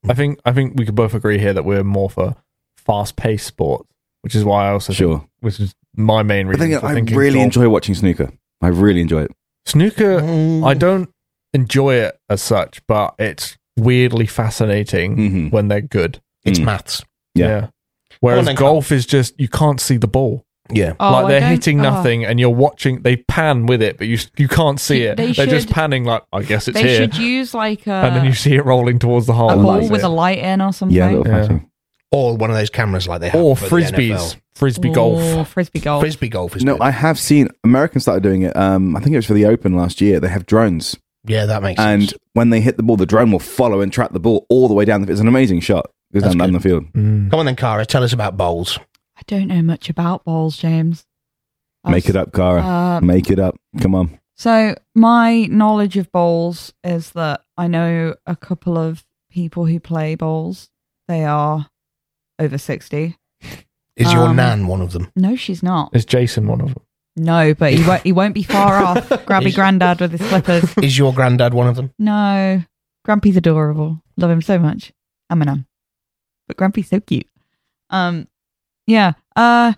I think I think we could both agree here that we're more for fast paced sports, which is why I also think, sure. which is my main I reason. think for I thinking really golf. enjoy watching snooker. I really enjoy it. snooker. Mm. I don't enjoy it as such, but it's weirdly fascinating Mhm. when they're good. It's Mm. maths. Yeah. Whereas then, Carl. golf is just you can't see the ball. Yeah. Oh, like I they're don't- hitting oh. nothing, and you're watching. They pan with it, but you you can't see it. They They are just should- panning like I guess it's They here, should use like a, and then you see it rolling towards the hole. a Oh, ball light. with a light in or something. Yeah, a little Yeah. fashion. Or one of those cameras like they have or for the frisbees, NFL. frisbee Ooh, golf. frisbee golf. Frisbee golf is No, good. I have seen Americans started doing it. Um, I think it was for the Open last year. They have drones, yeah, that makes and sense. when they hit the ball, the drone will follow and track the ball all the way down. The, it's an amazing shot. Goes That's down, down the field. Mm. Come on then, Cara, tell us about bowls. I don't know much about balls, James. Make it up, Cara. Uh, Make it up. Come on. So my knowledge of bowls is that I know a couple of people who play bowls. They are over sixty. Is your Um, nan one of them? No, she's not. Is Jason one of them? No, but he won't. He won't be far off. Grabby granddad with his slippers. Is your granddad one of them? No, Grumpy's adorable. Love him so much. I'm an um, but Grumpy's so cute. Um, yeah. Uh,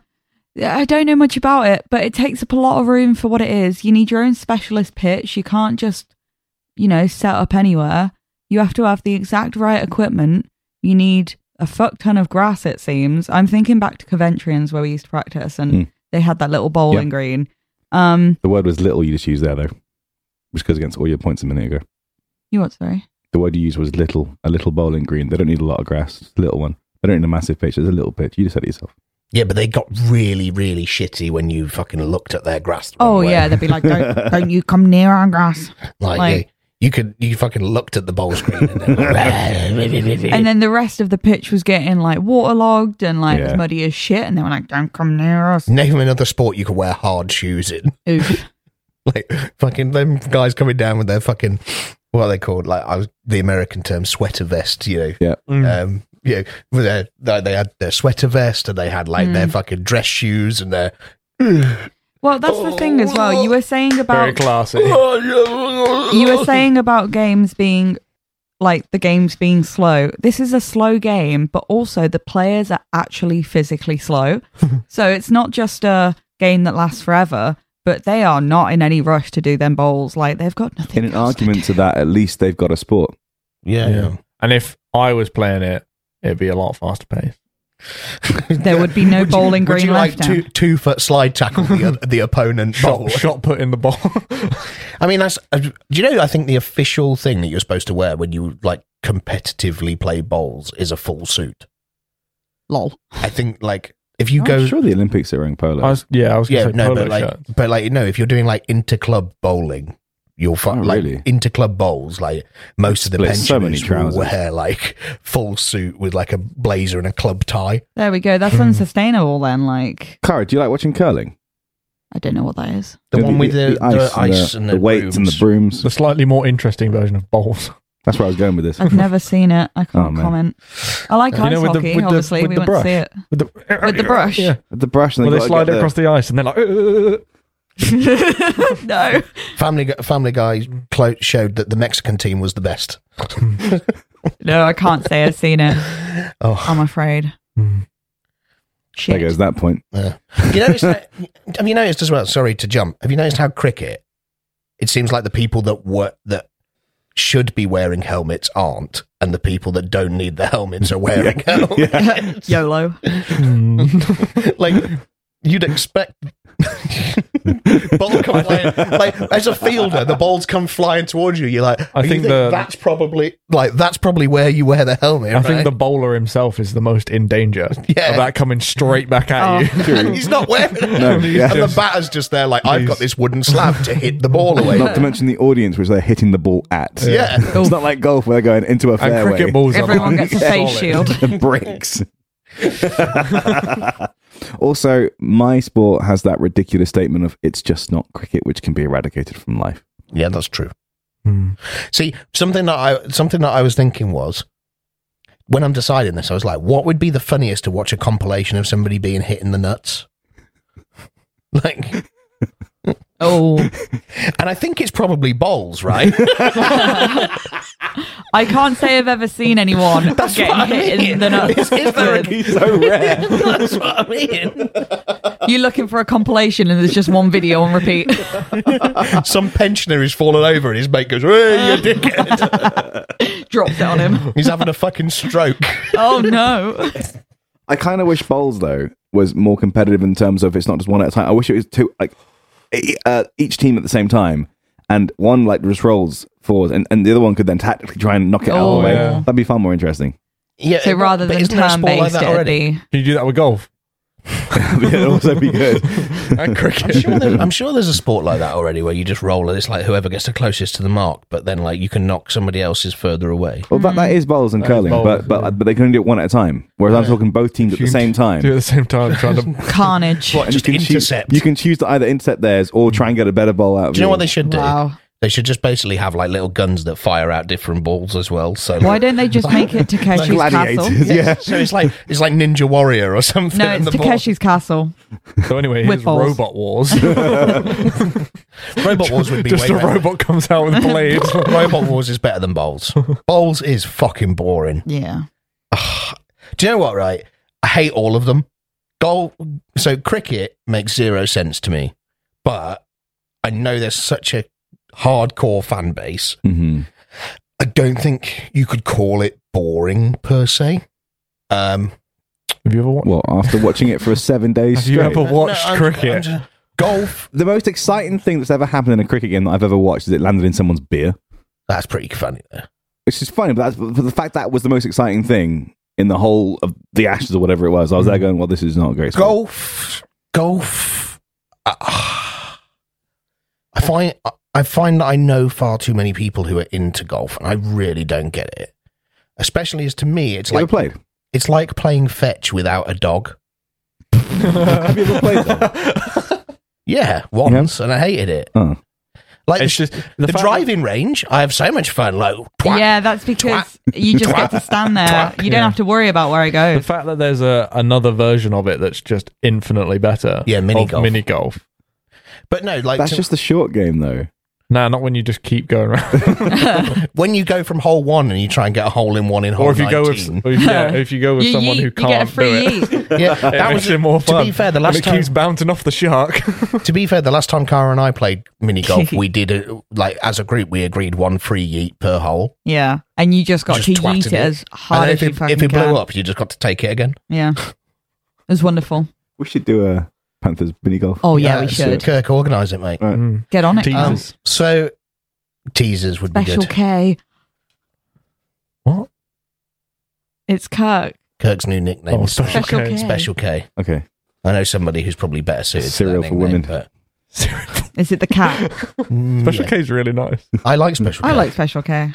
I don't know much about it, but it takes up a lot of room for what it is. You need your own specialist pitch. You can't just, you know, set up anywhere. You have to have the exact right equipment. You need a fuck ton of grass. It seems. I'm thinking back to Coventryans where we used to practice, and Hmm. they had that little bowling green. Um, The word was little. You just used there though, which goes against all your points a minute ago. you what? Sorry. The word you used was little. A little bowling green. They don't need a lot of grass. Just a little one. They don't need a massive pitch. There's a little pitch. You just said it yourself. Yeah, but they got really, really shitty when you fucking looked at their grass. the wrong Oh way. yeah, they'd be like, don't, don't you come near our grass. like, like- yeah, you could you fucking looked at the bowl screen and then, and then the rest of the pitch was getting like waterlogged and like Yeah. as muddy as shit. And they were like, "Don't come near us." name another sport you could wear hard shoes in. Oof. like fucking them guys coming down with their fucking what are they called? Like I was, the American term sweater vest, you know. Um, you know, with their, they they had their sweater vest and they had like Mm. their fucking dress shoes and their. Well, that's the thing as well. You were saying Very about classy. you were saying about games being like the games being slow. This is a slow game, but also the players are actually physically slow. so it's not just a game that lasts forever, but they are not in any rush to do them bowls. Like they've got nothing. In an else to argument to that, at least they've got a sport. Yeah. Yeah. And if I was playing it, it'd be a lot faster paced. There would be no Would you- bowling green Would you like left now. two two foot slide tackle the, the opponent bowl? Shot, shot put in the ball. I mean, that's. uh, Do you know? I think the official thing that you're supposed to wear when you like competitively play bowls is a full suit. Lol. I think like if you I'm go, sure the Olympics are wearing I polo. was, yeah, I was yeah, going to say no, polo but Oh, like, shirts. but like, no, if you're doing like interclub bowling, you'll find Oh, like really? interclub bowls. Like most of the Split pensioners so many trousers. will wear like full suit with like a blazer and a club tie. There we go. That's unsustainable then. Like, Cara, do you like watching curling? I don't know what that is. The one with the, the, ice, and the, weights and the brooms. brooms. The slightly more interesting version of bowls. That's where I was going with this. I've never seen it. I Oh, can't man. comment. I like You ice know, with the- hockey, with the- obviously. with we the won't brush. see it. With the, With the brush. Yeah. The brush and Well, they they slide it across the ice and they're like, "Uh, uh, uh, uh." no. Family Gu- Family Guy clo- showed that the Mexican team was the best. No, I can't say I've seen it. Oh, I'm afraid. Hmm. There Shit. goes that point. yeah. you noticed that, have you noticed as well? Sorry to jump. Have you noticed how cricket? It seems like the people that were that should be wearing helmets aren't, and the people that don't need the helmets are wearing helmets. YOLO. like you'd expect ball come flying like as a fielder the balls come flying towards you you're like I you think the- that's probably like that's probably where you wear the helmet I think the right? bowler himself is the most in danger Yeah. of that coming straight back Oh. at you. and he's not wearing it No, yeah. and the batter's just there like I've got Please. this wooden slab to hit the ball away Not to mention the audience, which they're hitting the ball at. yeah It's not like golf where they're going into a And fairway. cricket balls Everyone are gets a face solid. shield. bricks. also, my sport has that ridiculous statement of it's just not cricket, which can be eradicated from life. yeah that's true Hmm. see something that I something that I was thinking was when I'm deciding this I was like what would be the funniest to watch a compilation of somebody being hit in the nuts like Oh. and I think it's probably bowls right I can't say I've ever seen anyone getting what I hit mean. in the nuts. Is there a- He's so rare. That's what I mean. You're looking for a compilation and there's just one video on repeat. Some pensioner is fallen over and his mate goes, hey, you dickhead. Drops it on him. He's having a fucking stroke. Oh no. I kind of wish bowls though was more competitive in terms of it's not just one at a time. I wish it was two, like e- uh, each team at the same time, and one like just rolls forwards, and, and the other one could then tactically try and knock it out of the Oh, way. yeah. That'd be far more interesting. Yeah, So rather but than isn't there a turn sport like based, that it'd already? be. Can you do that with golf? It'd also be good. And cricket. I'm sure, there, I'm sure there's a sport like that already where you just roll and it's like whoever gets the closest to the mark, but then like you can knock somebody else's further away. Well, that, that is bowls and That is curling, bowls, but but yeah. but they can only do it one at a time. Whereas I'm talking both teams at the You same time. Do it at the same time, trying to. Carnage. What, And just you can intercept? Choose, you can choose to either intercept theirs or try and get a better bowl out of do you know what they yours. should do? Wow. They should just basically have like little guns that fire out different balls as well. So Why don't they just make it Takeshi's Castle? Gladiators, yeah. so it's like it's like Ninja Warrior or something. No, and it's the ball- Takeshi's Castle. So anyway, With here's balls. robot wars. Robot Wars would be Just way a better. robot comes out with blades. Robot Wars is better than Bowls. Bowls is fucking boring. Yeah. Do you know what, right? I hate all of them. Goal. So cricket makes zero sense to me, but I know there's such a hardcore fan base. Mhm. I don't think you could call it boring per se. Um, Have you ever watched? Well, after watching it for seven days Have you straight, ever watched Uh, no, I'm- cricket? I'm just- golf. the most exciting thing that's ever happened in a cricket game that I've ever watched is it landed in someone's beer, That's pretty funny. Though. which is funny. But that's but the fact that was the most exciting thing in the whole of the Ashes or whatever it was. I was there going, "Well, this is not a great." sport." Golf. Golf. ah, I find I find that I know far too many people who are into golf, and I really don't get it. Especially as to me, it's Have you like ever played? It's like playing fetch without a dog. Have you ever played? Though? Yeah, once, and I hated it. Oh. Like It's the, just the fact driving range, I have so much fun. Like, twat, Yeah, that's because you just get to stand there. Twat. You don't Yeah. have to worry about where it That, the goes. fact that there's a another version of it that's just infinitely better. Yeah, mini of golf. Mini golf. but no, like That's to- just the short game, though. Nah, not when you just keep going around. when you go from hole one and you try and get a hole in one in hole or if you go with, 19. or if, yeah, if you go with You someone yeet, who you get a can't do free it, yeet. yeah, it that makes was it more to be fun. fair, the And last it time- keeps bouncing off the shark. To be fair, the last time Cara and I played mini golf, we did a, like as a group, we agreed one free yeet per hole. Yeah. And you just got Just to twatted yeet it it. as and hard then as if you it, fucking if it blew can. up, you just got to take it again. Yeah. It was wonderful. We should do a Panthers mini golf. Oh yeah, we Yes. should. Uh, Kirk, organise it, mate. Right. Mm. Get on it. Teasers. Carl. Um, so teasers would be Special good. K. What? It's Kirk. Kirk's new nickname Oh, is special Special K. K. Special K. Okay. I know somebody who's probably better suited. Cereal to that for nickname, women. but- Is it the cat? Special Yeah. K is really nice. I like special. I K. like Special K.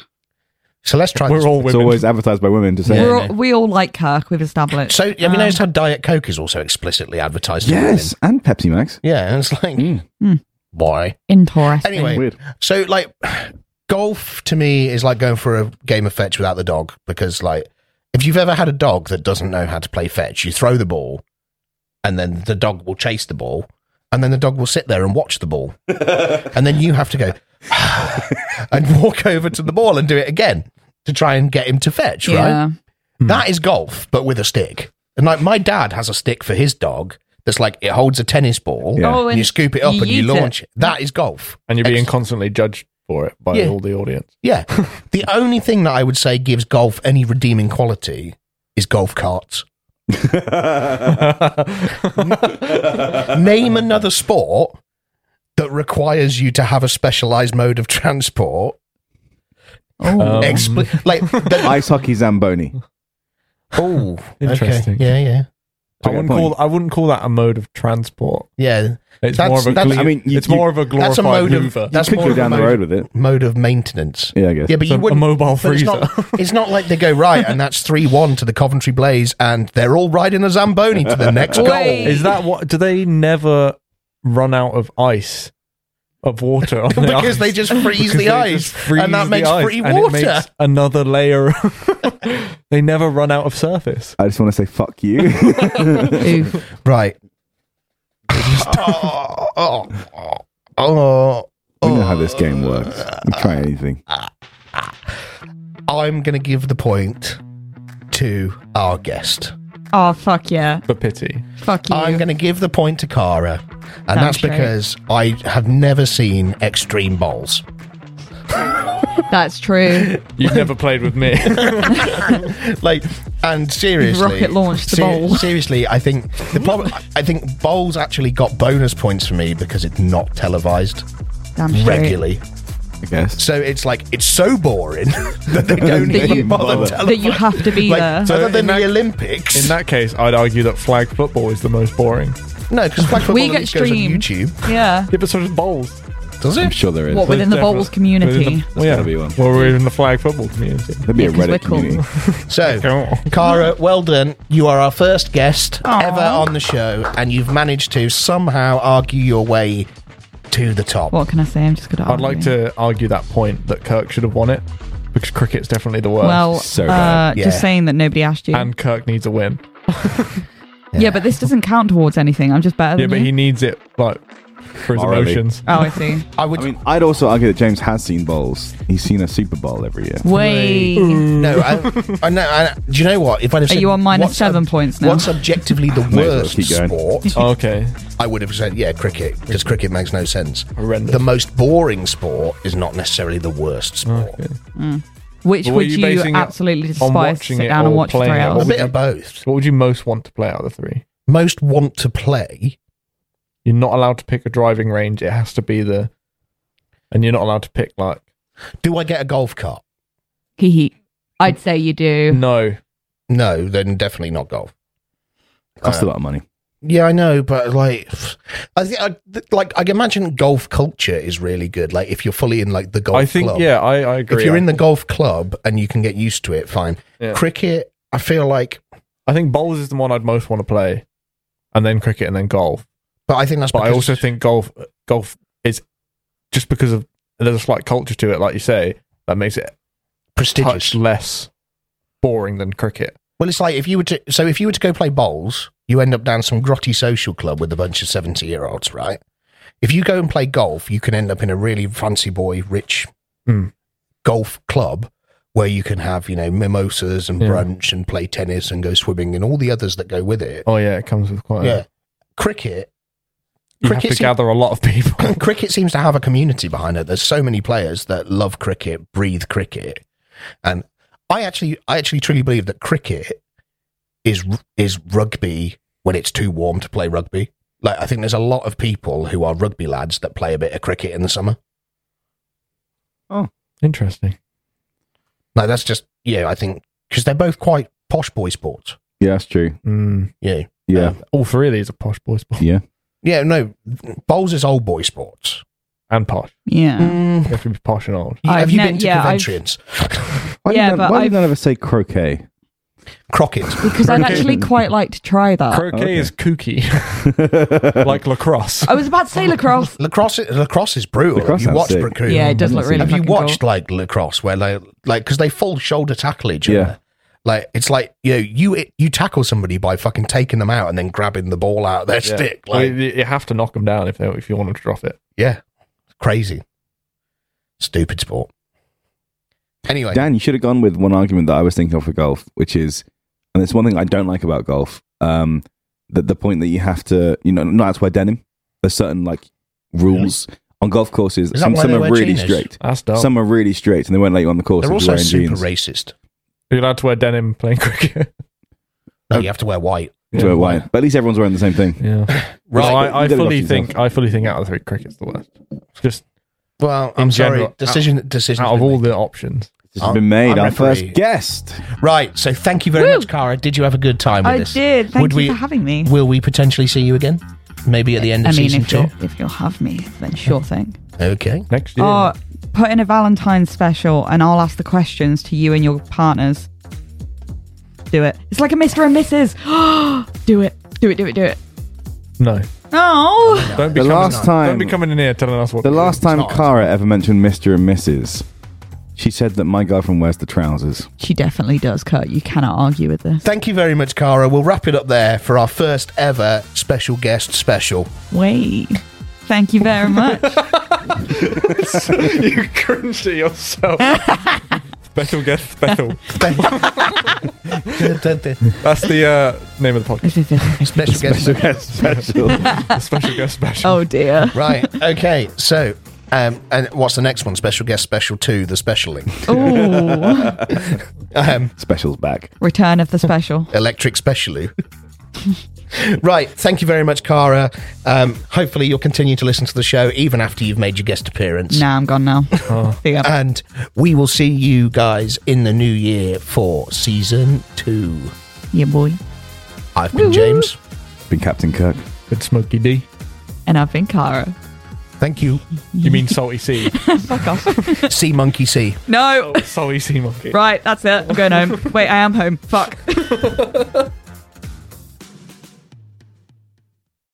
So let's try. We're this. all It's women. always advertised by women to say. Yeah, We're I all, know. we all like Kirk. We've established. So have you Um, noticed how Diet Coke is also explicitly advertised? to Yes, and Pepsi Max. women? Yeah, and it's like Hmm. Mm. why? Interesting. Anyway. Weird. So like, golf to me is like going for a game of fetch without the dog because like if you've ever had a dog that doesn't know how to play fetch, you throw the ball, and then the dog will chase the ball, and then the dog will sit there and watch the ball, and then you have to go and walk over to the ball and do it again to try and get him to fetch. Right? Yeah. That is golf, but with a stick. And like my dad has a stick for his dog that's like it holds a tennis ball. Yeah. Oh, And you scoop it up and you yeet launch it. That is golf. and you're being Ex- constantly judged for it by Yeah. all the audience. Yeah. the only thing that I would say gives golf any redeeming quality is golf carts. Name another sport that requires you to have a specialized mode of transport. Oh. Um, Expli- like, the- Ice hockey zamboni. oh, Interesting. Okay. Yeah, yeah, I wouldn't Point. call I wouldn't call that a mode of transport. yeah. It's That's- more of a that's- gle- I mean, you- it's you- more of a glorified that's a mode of- Hoover. that's you could more go of a down the mode- road with it. Mode of maintenance. Yeah, I guess. Yeah, but It's a, you a wouldn't. mobile but it's freezer. not, it's not like they go right and that's three one to the Coventry Blaze and they're all riding a zamboni to the next Wait. goal. Is that what? Do they never run out of ice of water on the Because ice? they just freeze Because the they ice, just freeze and that the makes ice, free and it water. makes another layer. of- they never run out of surface. I just want to say fuck you. Oof. Right. oh, oh, oh, oh, we know how this game works. We try anything. I'm going to give the point to our guest. Oh, fuck yeah. For pity. Fuck you. I'm going to give the point to Cara, and that's Thanks, Shay. because I have never seen extreme bowls. That's true. You've never played with me. like and seriously Rocket launched the bowl. seriously i think the problem i think bowls actually got bonus points for me because it's not televised Damn straight. regularly I guess. so it's like it's so boring that they don't That even you- bother That you televising. have to be like, there. other than in that- the olympics In that case, I'd argue that flag football is the most boring. no because flag football We at get least goes on streamed. youtube Yeah. Yeah, but so does bowls. does I'm it sure there is. What within the Definitely. bowls community? Within the- yeah. gotta be one. Well, we're in the flag football community. There'd be Yeah, a 'cause we're Reddit cool. community. so Come on. Cara, well done. You are our first guest Aw. ever on the show, and you've managed to somehow argue your way to the top. What can I say? I'm just good at I'd like to argue that point that Kirk should have won it because cricket's definitely the worst. Well, So uh, bad. Yeah. just saying that nobody asked you. and Kirk needs a win. yeah. but this doesn't count towards anything. I'm just better Yeah, than but you. he needs it like for his Morally. emotions. oh, I see. I would I mean, I'd also argue that James has seen bowls. He's seen a Super Bowl every year. Way. No, I, I know. I, do you know what? If I'd have Are said, you on minus what's seven points now? What's objectively the as well worst keep going. sport? Okay, I would have said, yeah, cricket, because cricket makes no sense. Horrendous. The most boring sport is not necessarily the worst sport. Which But were would you you, basing it absolutely on despise? watching Sit it down and or watch for three playing it? A hours. bit of both. what would you most want to play out of the three? Most want to play. You're not allowed to pick a driving range. It has to be the, and you're not allowed to pick like Do I get a golf cart? Hee hee. I'd say you do. no. No, then definitely not golf. Costs a lot of money. Yeah, I know, but like, I think, I, th- like, I imagine golf culture is really good. Like, if you're fully in like the golf, I think club. yeah, I, I agree. If you're in the golf club and you can get used to it, fine. Yeah. Cricket, I feel like, I think bowls is the one I'd most want to play, and then cricket and then golf. but I think that's. But I because- also think golf golf is just because of there's a slight culture to it, like you say, that makes it prestigious. touch less boring than cricket. Well, it's like if you were to so if you were to go play bowls, you end up down some grotty social club with a bunch of seventy year olds, right? If you go and play golf, you can end up in a really fancy boy, rich Hmm. golf club where you can have you know mimosas and Yeah. brunch and play tennis and go swimming and all the others that go with it. Oh yeah, it comes with quite. yeah, A, cricket. you have Cricket to seem- gather a lot of people. cricket seems to have a community behind it. There's so many players that love cricket, breathe cricket, and I actually, I actually truly believe that cricket is is rugby when it's too warm to play rugby. Like I think there's a lot of people who are rugby lads that play a bit of cricket in the summer. Interesting. Like that's just yeah, I think because they're both quite posh boy sports. Yeah, that's true. Mm. Yeah, Yeah. All three of these are posh boys sport. yeah. yeah, no, bowls is old boy sports. Mm, and posh. Yeah. You have to be posh and old. Have I've you ne- been to yeah, I've- conventions? Why Yeah, did none, but why did I've- none of us say croquet? Crockett. Because I'd actually quite like to try that. Croquet okay. is kooky, like lacrosse. I was about to say lacrosse. Lacrosse, lacrosse is brutal. Lacrosse Have you sounds watched sick. Croquet? Yeah, it does look really Have you fucking cool. watched like lacrosse where they like because they full shoulder tackle each other Yeah. Like it's like you know you you tackle somebody by fucking taking them out and then grabbing the ball out of their Yeah. stick. Well, Like you, you have to knock them down if they, if you want them to drop it. yeah, It's crazy, stupid sport. Anyway, Dan, you should have gone with one argument that I was thinking of for golf, which is, and it's one thing I don't like about golf, um, that the point that you have to, you know, not to wear denim. There's certain like rules on golf courses. Is that Some, why some they are wear really chinos? strict. That's dumb. Some are really strict, and they won't let you on the course. they're if you're also wearing super jeans. racist. You're allowed to wear denim playing cricket. No, you have to wear white. To wear white. But at least everyone's wearing the same thing. Yeah. Right. No, I, I Denim fully options, think I fully think out of the three, cricket's the worst. It's just well, in I'm sorry. general, decision. decision. out of all the options. This has I'm- been made. I'm Our referee. first guest. Right. So thank you very Woo. much, Cara. Did you have a good time with I this? did. Thank Would you we- for having me. Will we potentially see you again? Maybe at the end I of mean, season if, two. you, if you'll have me, then sure thing. Okay. Next year. Ah. Oh, put in a Valentine's special and I'll ask the questions to you and your partners. Do it. It's like a Mr. and Mrs. do it. Do it, do it, do it. no. Oh. Don't be The coming last don't be time, coming in here telling us what the to do. last time not. Cara ever mentioned Mister and Mrs., she said that my girlfriend wears the trousers. She definitely does, Kurt. You cannot argue with this. Thank you very much, Cara. We'll wrap it up there for our first ever special guest special. Wait. Thank you very much. you cringe at yourself. special guest special. special That's the uh, name of the podcast. guest. Special guest special. The special guest special. oh dear. Right. Okay. So, um, and what's the next one? Special guest special two, the specialing. Ooh. Um, Special's back. Return of the special. electric specialoo. right. Thank you very much, Cara. Um, hopefully, you'll continue to listen to the show even after you've made your guest appearance. Nah, I'm gone now. See ya. And we will see you guys in the new year for season two. yeah, boy. I've been James. Been Captain Kirk. Good Smokey D. And I've been Cara. Thank you. You mean Salty C? Fuck off. Sea Monkey Sea. no. Salty C Monkey. Right, that's it. I'm going home. Wait, I am home. Fuck.